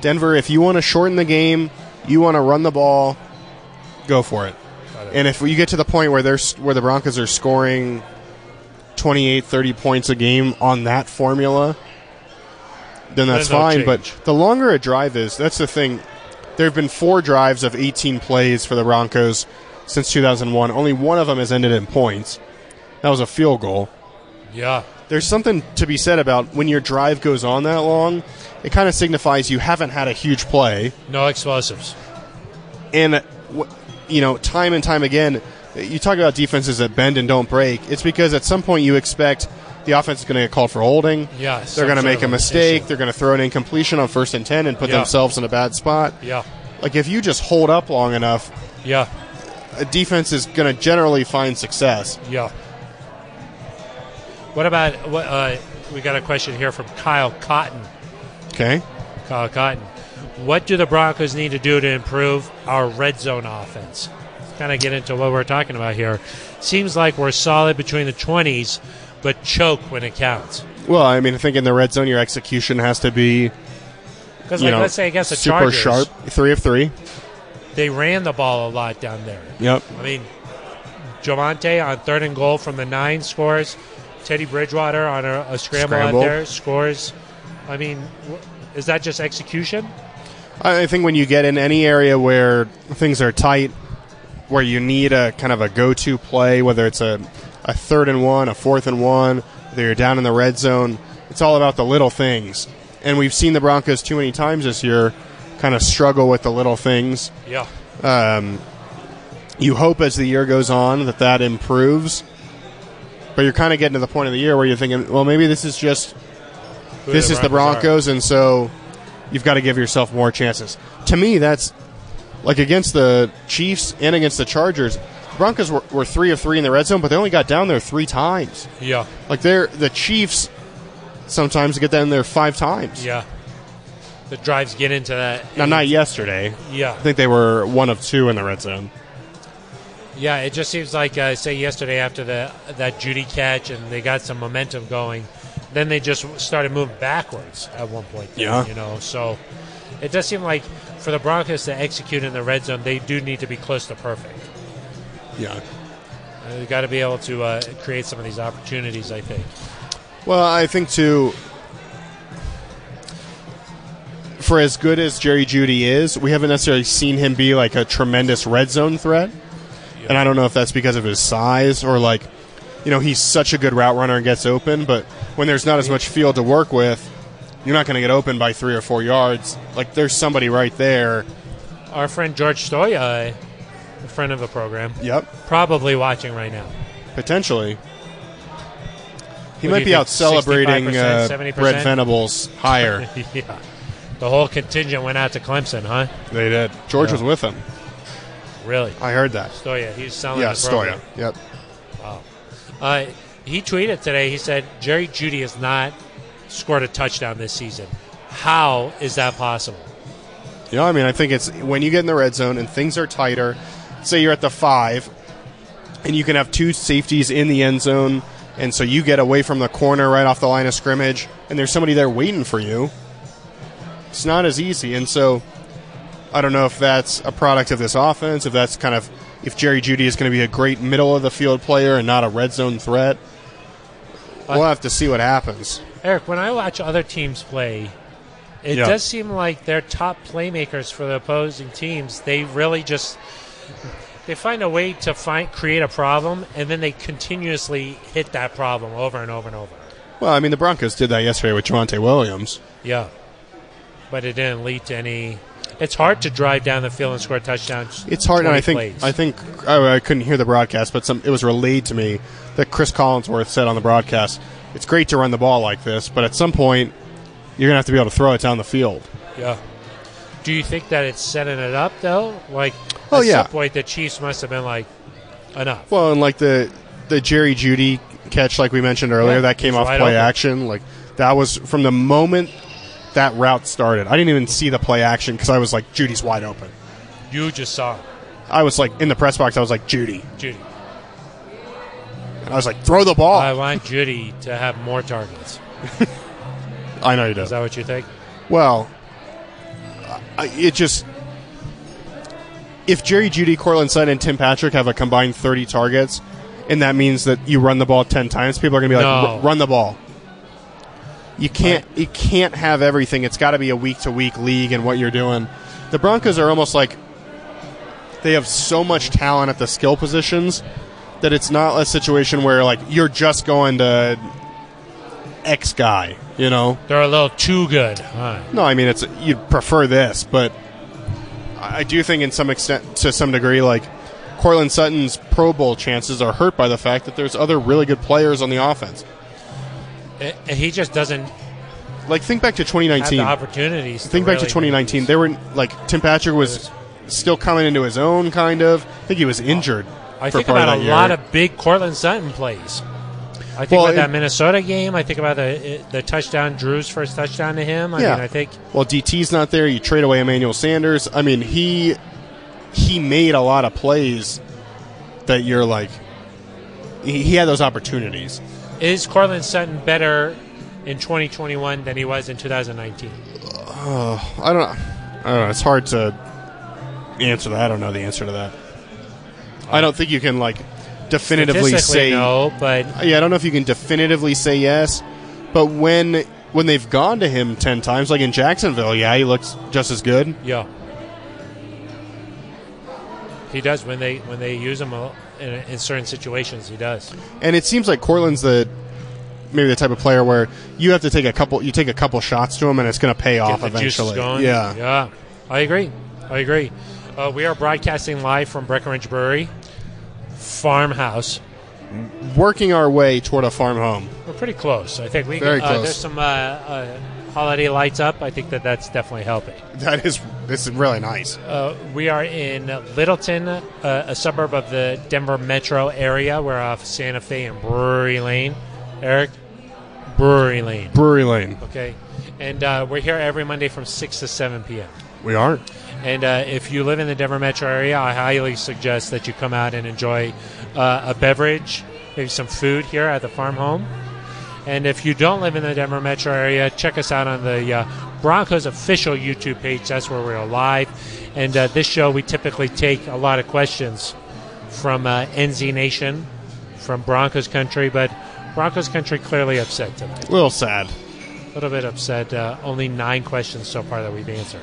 Denver, if you want to shorten the game, you want to run the ball, go for it. And if you get to the point where they're where the Broncos are scoring 28, 30 points a game on that formula, then that's
they'll
fine. But
change.
the longer a drive is, that's the thing. There have been four drives of 18 plays for the Broncos since 2001. Only one of them has ended in points. That was a field goal
Yeah,
there's something to be said about when your drive goes on that long, it kind of signifies you haven't had a huge play.
no explosives.
And, uh, wh- you know, time and time again, you talk about defenses that bend and don't break. It's because at some point you expect the offense is going to get called for holding.
Yeah,
They're
some
going to
sort
make
of
a
an
mistake.
issue.
They're going to throw an incompletion on first and 10 and put
Yeah.
themselves in a bad spot.
Yeah,
Like, if you just hold up long enough,
yeah,
a defense is going to generally find success.
yeah. What about what? Uh, we got a question here from Kyle Cotton.
Okay.
Kyle Cotton, what do the Broncos need to do to improve our red zone offense? Kind of get into what we're talking about here. Seems like we're solid between the twenties, but choke when it counts.
Well, I mean, I think in the red zone, your execution has to be
Because,
you
like,
know,
let's say against the
super
Chargers,
sharp, three of three.
they ran the ball a lot down there.
Yep.
I mean, Javante on third and goal from the nine scores. Teddy Bridgewater on a, a scramble,
Scramble.
out there scores. I mean, w- is that just execution?
I I think when you get in any area where things are tight, where you need a kind of a go-to play, whether it's a, a third and one, a fourth and one, whether you're down in the red zone, it's all about the little things. And we've seen the Broncos too many times this year kind of struggle with the little things.
Yeah.
You hope as the year goes on that that improves, but you're kind of getting to the point of the year where you're thinking, well, maybe this is just this is the Broncos, and so you've got to give yourself more chances. To me, that's like against the Chiefs and against the Chargers. Broncos were, were three of three in the red zone, but they only got down there three times.
Yeah.
Like they're the Chiefs sometimes get down there five times.
Yeah. The drives get into that.
Now, not yesterday. I
Yeah.
think they were one of two in the red zone.
Yeah. It just seems like, uh, say, yesterday after the that Judy catch and they got some momentum going, then they just started moving backwards at one point. there,
Yeah.
You know, so it does seem like for the Broncos to execute in the red zone, they do need to be close to perfect.
Yeah.
Uh, You've got to be able to uh, create some of these opportunities, I think.
Well, I think too. For as good as Jerry Judy is, we haven't necessarily seen him be like a tremendous red zone threat. And I don't know if that's because of his size or like, you know, he's such a good route runner and gets open, but when there's not as much field to work with, you're not going to get open by three or four yards. Like, there's somebody right there.
Our friend George Stoya, a friend of the program,
Yep.
probably watching right now.
Potentially. He
What do
might
you
be
think,
out celebrating uh,
65%,
Brett
70%?
Venables higher.
yeah. The whole contingent went out to Clemson, huh?
they did. George
Yeah.
was with him.
Really?
I heard that.
Stoya, he's selling
Yeah,
the program.
Stoya. Yep.
Uh, he tweeted today, he said, Jerry Judy has not scored a touchdown this season. How is that possible?
Yeah, I mean, I think it's when you get in the red zone and things are tighter. Say you're at the five, and you can have two safeties in the end zone, and so you get away from the corner right off the line of scrimmage, and there's somebody there waiting for you. It's not as easy, and so I don't know if that's a product of this offense, if that's kind of if Jerry Judy is going to be a great middle of the field player and not a red zone threat. We'll have to see what happens.
Eric, when I watch other teams play, it
Yeah.
does seem like their top playmakers for the opposing teams, they really just they find a way to find create a problem and then they continuously hit that problem over and over and over.
Well, I mean, the Broncos did that yesterday with Javante Williams.
Yeah. But it didn't lead to any it's hard to drive down the field and score touchdowns.
It's hard, and
20
I think
plays.
I think I, I couldn't hear the broadcast, but some it was relayed to me that Chris Collinsworth said on the broadcast, "It's great to run the ball like this, but at some point, you're gonna have to be able to throw it down the field."
Yeah. Do you think that it's setting it up though? Like
Oh,
at
yeah.
some point the Chiefs must have been like enough.
Well, and like the the Jerry Judy catch, like we mentioned earlier,
Yeah,
that came
he's
off play
wide open.
action. Like that was from the moment that route started. I didn't even see the play action because I was like, "Judy's wide open."
You just saw it,
I was like in the press box. I was like, "Judy,"
Judy.
and I was like, "Throw the ball."
I want Judy to have more targets.
I know you do.
Is that what you think?
Well, I- it just if Jerry Judy, Cortland Sutton, and Tim Patrick have a combined thirty targets, and that means that you run the ball ten times, people are going to be like,
No.
"R- "Run the ball." You can't. You can't have everything. It's got to be a week to week league and what you're doing. The Broncos are almost like they have so much talent at the skill positions that it's not a situation where like you're just going to X guy. You know.
They're a little too good. Huh?
No, I mean it's you'd prefer this, but I I do think in some extent to some degree like Cortland Sutton's Pro Bowl chances are hurt by the fact that there's other really good players on the offense.
Eh, eh, He just doesn't have
Like think back to
the
2019.
opportunities.
Think back to
really-
2019. They were like Tim Patrick was still coming into his own kind of. I think he was injured.
I
for
think
part
about a
that year.
lot of big Cortland Sutton plays. I think
Well,
about that
it-
Minnesota game. I think about the the touchdown, Drew's first touchdown to him. I
Yeah.
mean, I think
Well, DT's not there. You trade away Emmanuel Sanders. I mean, he he made a lot of plays that you're like he, he had those opportunities.
is Cortland Sutton better in 2021 than he was in 2019?
I don't. I don't know. It's hard to answer that. I don't know the answer to that. I don't think you can like definitively
Statistically,
say.
no, but
Yeah, I don't know if you can definitively say yes. But when when they've gone to him ten times, like in Jacksonville, yeah, he looks just as good.
Yeah. He does when they when they use him a- in, in certain situations. He does.
And it seems like Cortland's the maybe the type of player where you have to take a couple you take a couple shots to him, and it's going to pay off
Get the juices
eventually.
going.
Yeah.
yeah. I agree. I agree. Uh, we are broadcasting live from Breckenridge Brewery farmhouse.
working our way toward a farm home.
We're pretty close. I think we
Very
uh,
close.
there's some uh, uh, holiday lights up. I think that that's definitely helping.
That is this is really nice.
Uh, we are in Littleton, uh, a suburb of the Denver metro area. We're off Santa Fe and Brewery Lane. Eric, Brewery Lane.
Brewery Lane,
Okay. And uh, we're here every Monday from 6 to 7 p.m.
we are.
And uh, if you live in the Denver metro area, I highly suggest that you come out and enjoy uh, a beverage, maybe some food here at the farm home. And if you don't live in the Denver metro area, check us out on the uh, Broncos official YouTube page. That's where we're live. And uh, this show, we typically take a lot of questions from uh, NZ Nation, from Broncos country, but Broncos country clearly upset tonight.
A little sad.
A little bit upset. Uh, only nine questions so far that we've answered.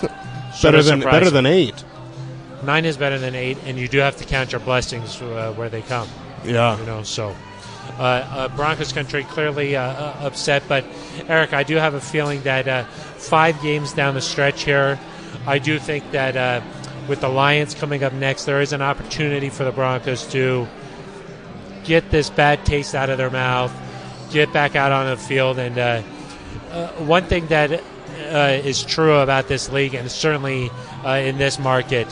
better
Should've
than
surprised
better
me.
than eight.
nine is better than eight, and you do have to count your blessings uh, where they come.
Yeah.
You know, so uh, uh, Broncos country clearly uh, uh, upset. But Eric, I do have a feeling that uh, five games down the stretch here, I do think that uh, with the Lions coming up next, there is an opportunity for the Broncos to get this bad taste out of their mouth, get back out on the field, and. Uh, one thing that uh, is true about this league, and certainly uh, in this market,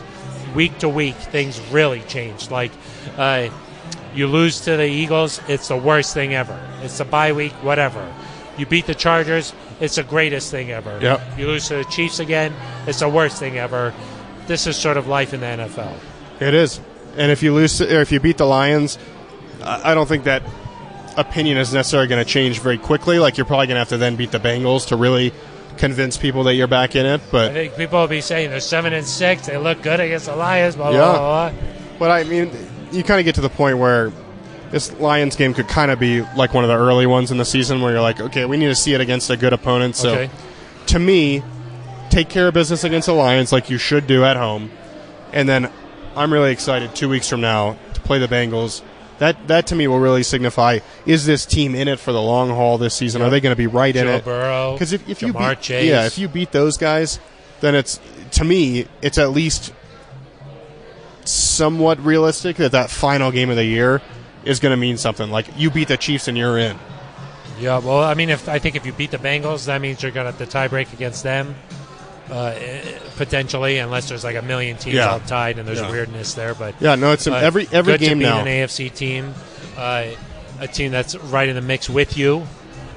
week to week, things really change. Like, uh, you lose to the Eagles, it's the worst thing ever. It's the bye week, whatever. You beat the Chargers, it's the greatest thing ever.
Yep.
You lose to the Chiefs again, it's the worst thing ever. This is sort of life in the NFL.
It is. And if you lose, or if you beat the Lions, I I don't think that opinion is necessarily going to change very quickly. Like you're probably going to have to then beat the Bengals to really convince people that you're back in it.
I
But
think people will be saying they're seven and six, they look good against the Lions, blah
Yeah.
blah blah. blah.
but I mean, you kind of get to the point where this Lions game could kind of be like one of the early ones in the season where you're like, okay, we need to see it against a good opponent. So,
Okay.
to me, take care of business against the Lions like you should do at home, and then I'm really excited two weeks from now to play the Bengals. That that to me will really signify is this team in it for the long haul this season? Are they going to be right in
Joe
it?
Burrow,
Because if, if you
Jamar
beat,
Chase.
yeah, if you beat those guys, then it's to me it's at least somewhat realistic that that final game of the year is going to mean something. Like you beat the Chiefs and you're in.
Yeah, well, I mean, if I think if you beat the Bengals, that means you're going to have the tiebreak against them, uh, eh, potentially, unless there's like a million teams
Yeah.
all tied and there's
Yeah.
weirdness there. But
Yeah, no, it's
but
every every
good
game
to beat
now.
an AFC team, uh, a team that's right in the mix with you.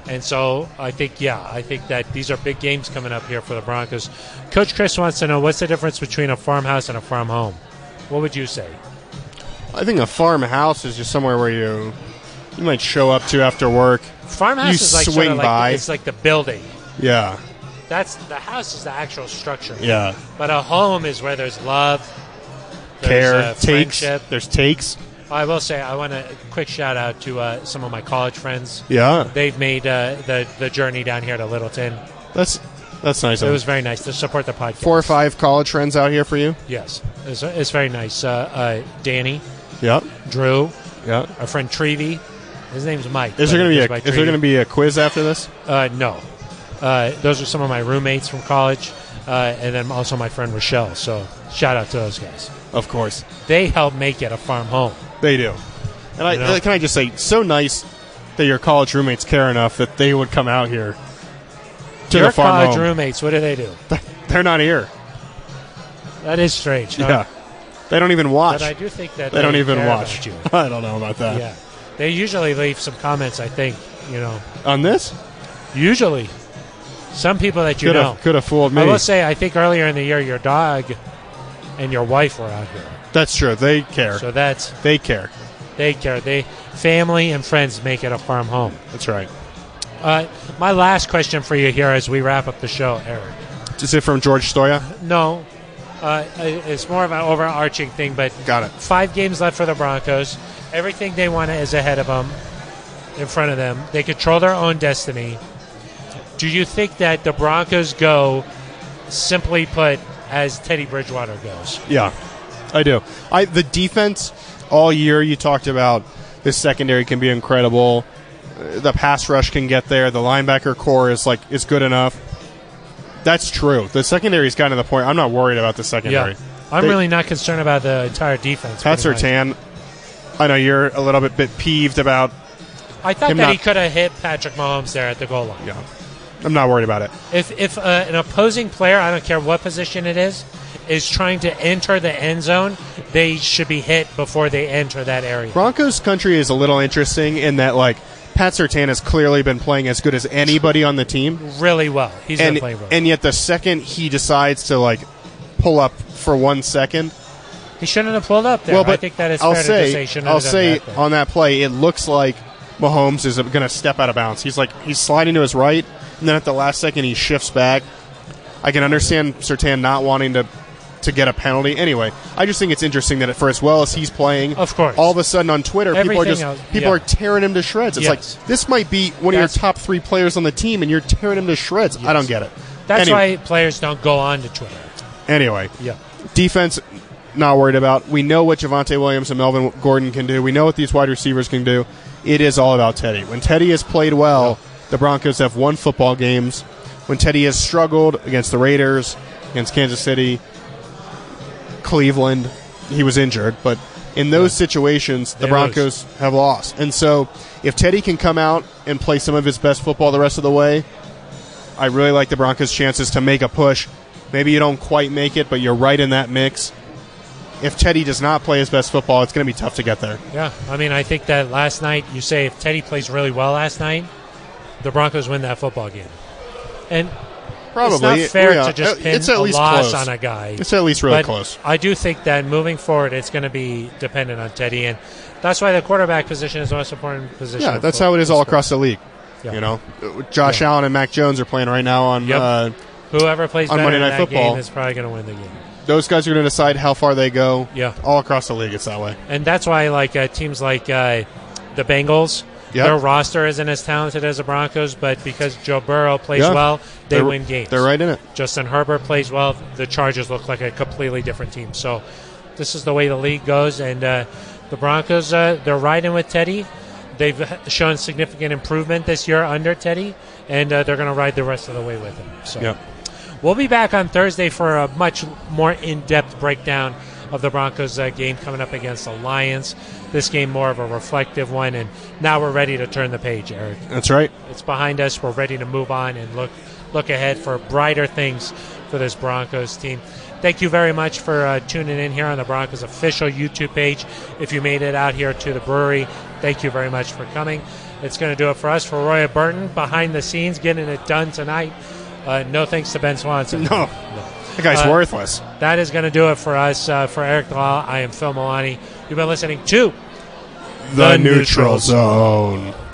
And so I think, yeah, I think that these are big games coming up here for the Broncos. Coach Chris wants to know what's the difference between a farmhouse and a farm home. What would you say?
I think a farmhouse is just somewhere where you you might show up to after work.
Farmhouse
You
is like sort
swing
of like
by.
it's like the building.
Yeah,
That's the house is the actual structure.
yeah.
But a home is where there's love, there's,
Care
uh,
takes.
friendship.
There's takes.
I will say, I want a quick shout out to uh, some of my college friends.
Yeah,
They've made uh, the the journey down here to Littleton.
that's that's nice.
It
of
was
them.
very nice to support the podcast.
four or five college friends out here for you.
Yes, it's, it's very nice. Uh, uh, Danny,
Yep.
Drew,
Yeah.
our friend Trevi. His name's Mike.
Is there going to be a, is there going
to
to be a quiz after this?
Uh, no. Uh, those are some of my roommates from college, uh, and then also my friend Rochelle. So shout out to those guys.
Of course,
They helped make it a farm home.
they do. And I
You know?
can I just say, so nice that your college roommates care enough that they would come out here to
Your
the farm
college
home.
roommates, what do they do?
They're not here.
That is strange. huh?
Yeah, they don't even watch.
But I do think that
they don't even
care
watch.
about you.
I don't know about that.
Yeah, they usually leave some comments. I think you know.
On this,
Usually, some people that you
could
know.
have could have fooled me.
I will say, I think earlier in the year, your dog and your wife were out here.
That's true. They care.
So that's
they care.
they care. They family and friends make it a farm home.
That's right.
Uh, my last question for you here, as we wrap up the show, Eric.
Is it from George Stoya?
No, uh, it's more of an overarching thing, but
Got it.
five games left for the Broncos. Everything they want is ahead of them, in front of them. They control their own destiny. Do you think that the Broncos go, simply put, as Teddy Bridgewater goes?
Yeah, I do. I the defense all year. You talked about this secondary can be incredible. Uh, The pass rush can get there. The linebacker core is like is good enough. That's true. The secondary's gotten to the point. I'm not worried about the secondary.
I'm
They-
really not concerned about the entire defense.
Pat
pretty much.
Sertan. I know you're a little bit bit peeved about.
I thought
him
that
not-
he could have hit Patrick Mahomes there at the goal line.
Yeah, I'm not worried about it.
If if uh, an opposing player, I don't care what position it is, is trying to enter the end zone, they should be hit before they enter that area.
Broncos country is a little interesting in that like Pat Sertan has clearly been playing as good as anybody on the team.
Really well. He's
and
been playing well.
and yet the second he decides to like pull up for one second,
he shouldn't have pulled up there.
well, but
I think that is
I'll
fair
say
to say. shouldn't
I'll
have done
say
that there.
on that play, it looks like Mahomes is going to step out of bounds. He's like he's sliding to his right, and then at the last second he shifts back. I can understand Sertan not wanting to to get a penalty. Anyway, I just think it's interesting that for as well as he's playing,
Of course.
all of a sudden on Twitter, people are
Everything
just
else-
people
yeah.
are tearing him to shreds. It's
Yes.
like this might be one
That's-
of your top three players on the team, and you're tearing him to shreds. I don't get it.
That's
anyway,
why players don't go on to Twitter.
Anyway,
Yeah.
defense not worried about. We know what Javante Williams and Melvin Gordon can do. We know what these wide receivers can do. It is all about Teddy. When Teddy has played well, the Broncos have won football games. When Teddy has struggled against the Raiders, against Kansas City, Cleveland, he was injured, but in those situations, the
They
Broncos have lost. And so, if Teddy can come out and play some of his best football the rest of the way, I really like the Broncos' chances to make a push. Maybe you don't quite make it, but you're right in that mix. If Teddy does not play his best football, it's going to be tough to get there.
Yeah. I mean, I think that last night, you say if Teddy plays really well last night, the Broncos win that football game. And
Probably
it's not fair
yeah,
to just
uh,
pin
it's at
a
least
loss
close.
on a guy.
It's at least really
But
close.
I do think that moving forward, it's going to be dependent on Teddy, and that's why the quarterback position is the most important position.
Yeah,
in
that's
fo-
how it is all
sports.
across the league.
Yeah.
You know, Uh, Josh
Yeah.
Allen and Mac Jones are playing right now on.
Yep.
Uh,
Whoever plays
on
better
Monday
in
Night
that
Football.
game is probably going to win the game,
those guys are going to decide how far they go.
Yeah.
all across the league, it's that way.
and that's why like uh, teams like uh, the Bengals.
Yep.
Their roster isn't as talented as the Broncos, but because Joe Burrow plays
Yeah.
well, they
They're-
win games.
They're right in it.
Justin Herbert plays well. The Chargers look like a completely different team. So this is the way the league goes, and uh, the Broncos uh, they're riding with Teddy. They've h- shown significant improvement this year under Teddy, and uh, they're going to ride the rest of the way with him. So
Yep.
we'll be back on Thursday for a much more in-depth breakdown of the Broncos uh, game coming up against the Lions. This game more of a reflective one, and now we're ready to turn the page, Eric
That's right.
it's behind us. We're ready to move on and look look ahead for brighter things for this Broncos team. Thank you very much for uh, tuning in here on the Broncos official YouTube page. If you made it out here to the brewery, thank you very much for coming. It's going to do it for us. For Roya Burton, behind the scenes, getting it done tonight. Uh, no thanks to Ben Swanson.
No. That guy's
Uh,
worthless.
That is going to do it for us. Uh, for Eric Law, I am Phil Milani. You've been listening to
The neutral zone.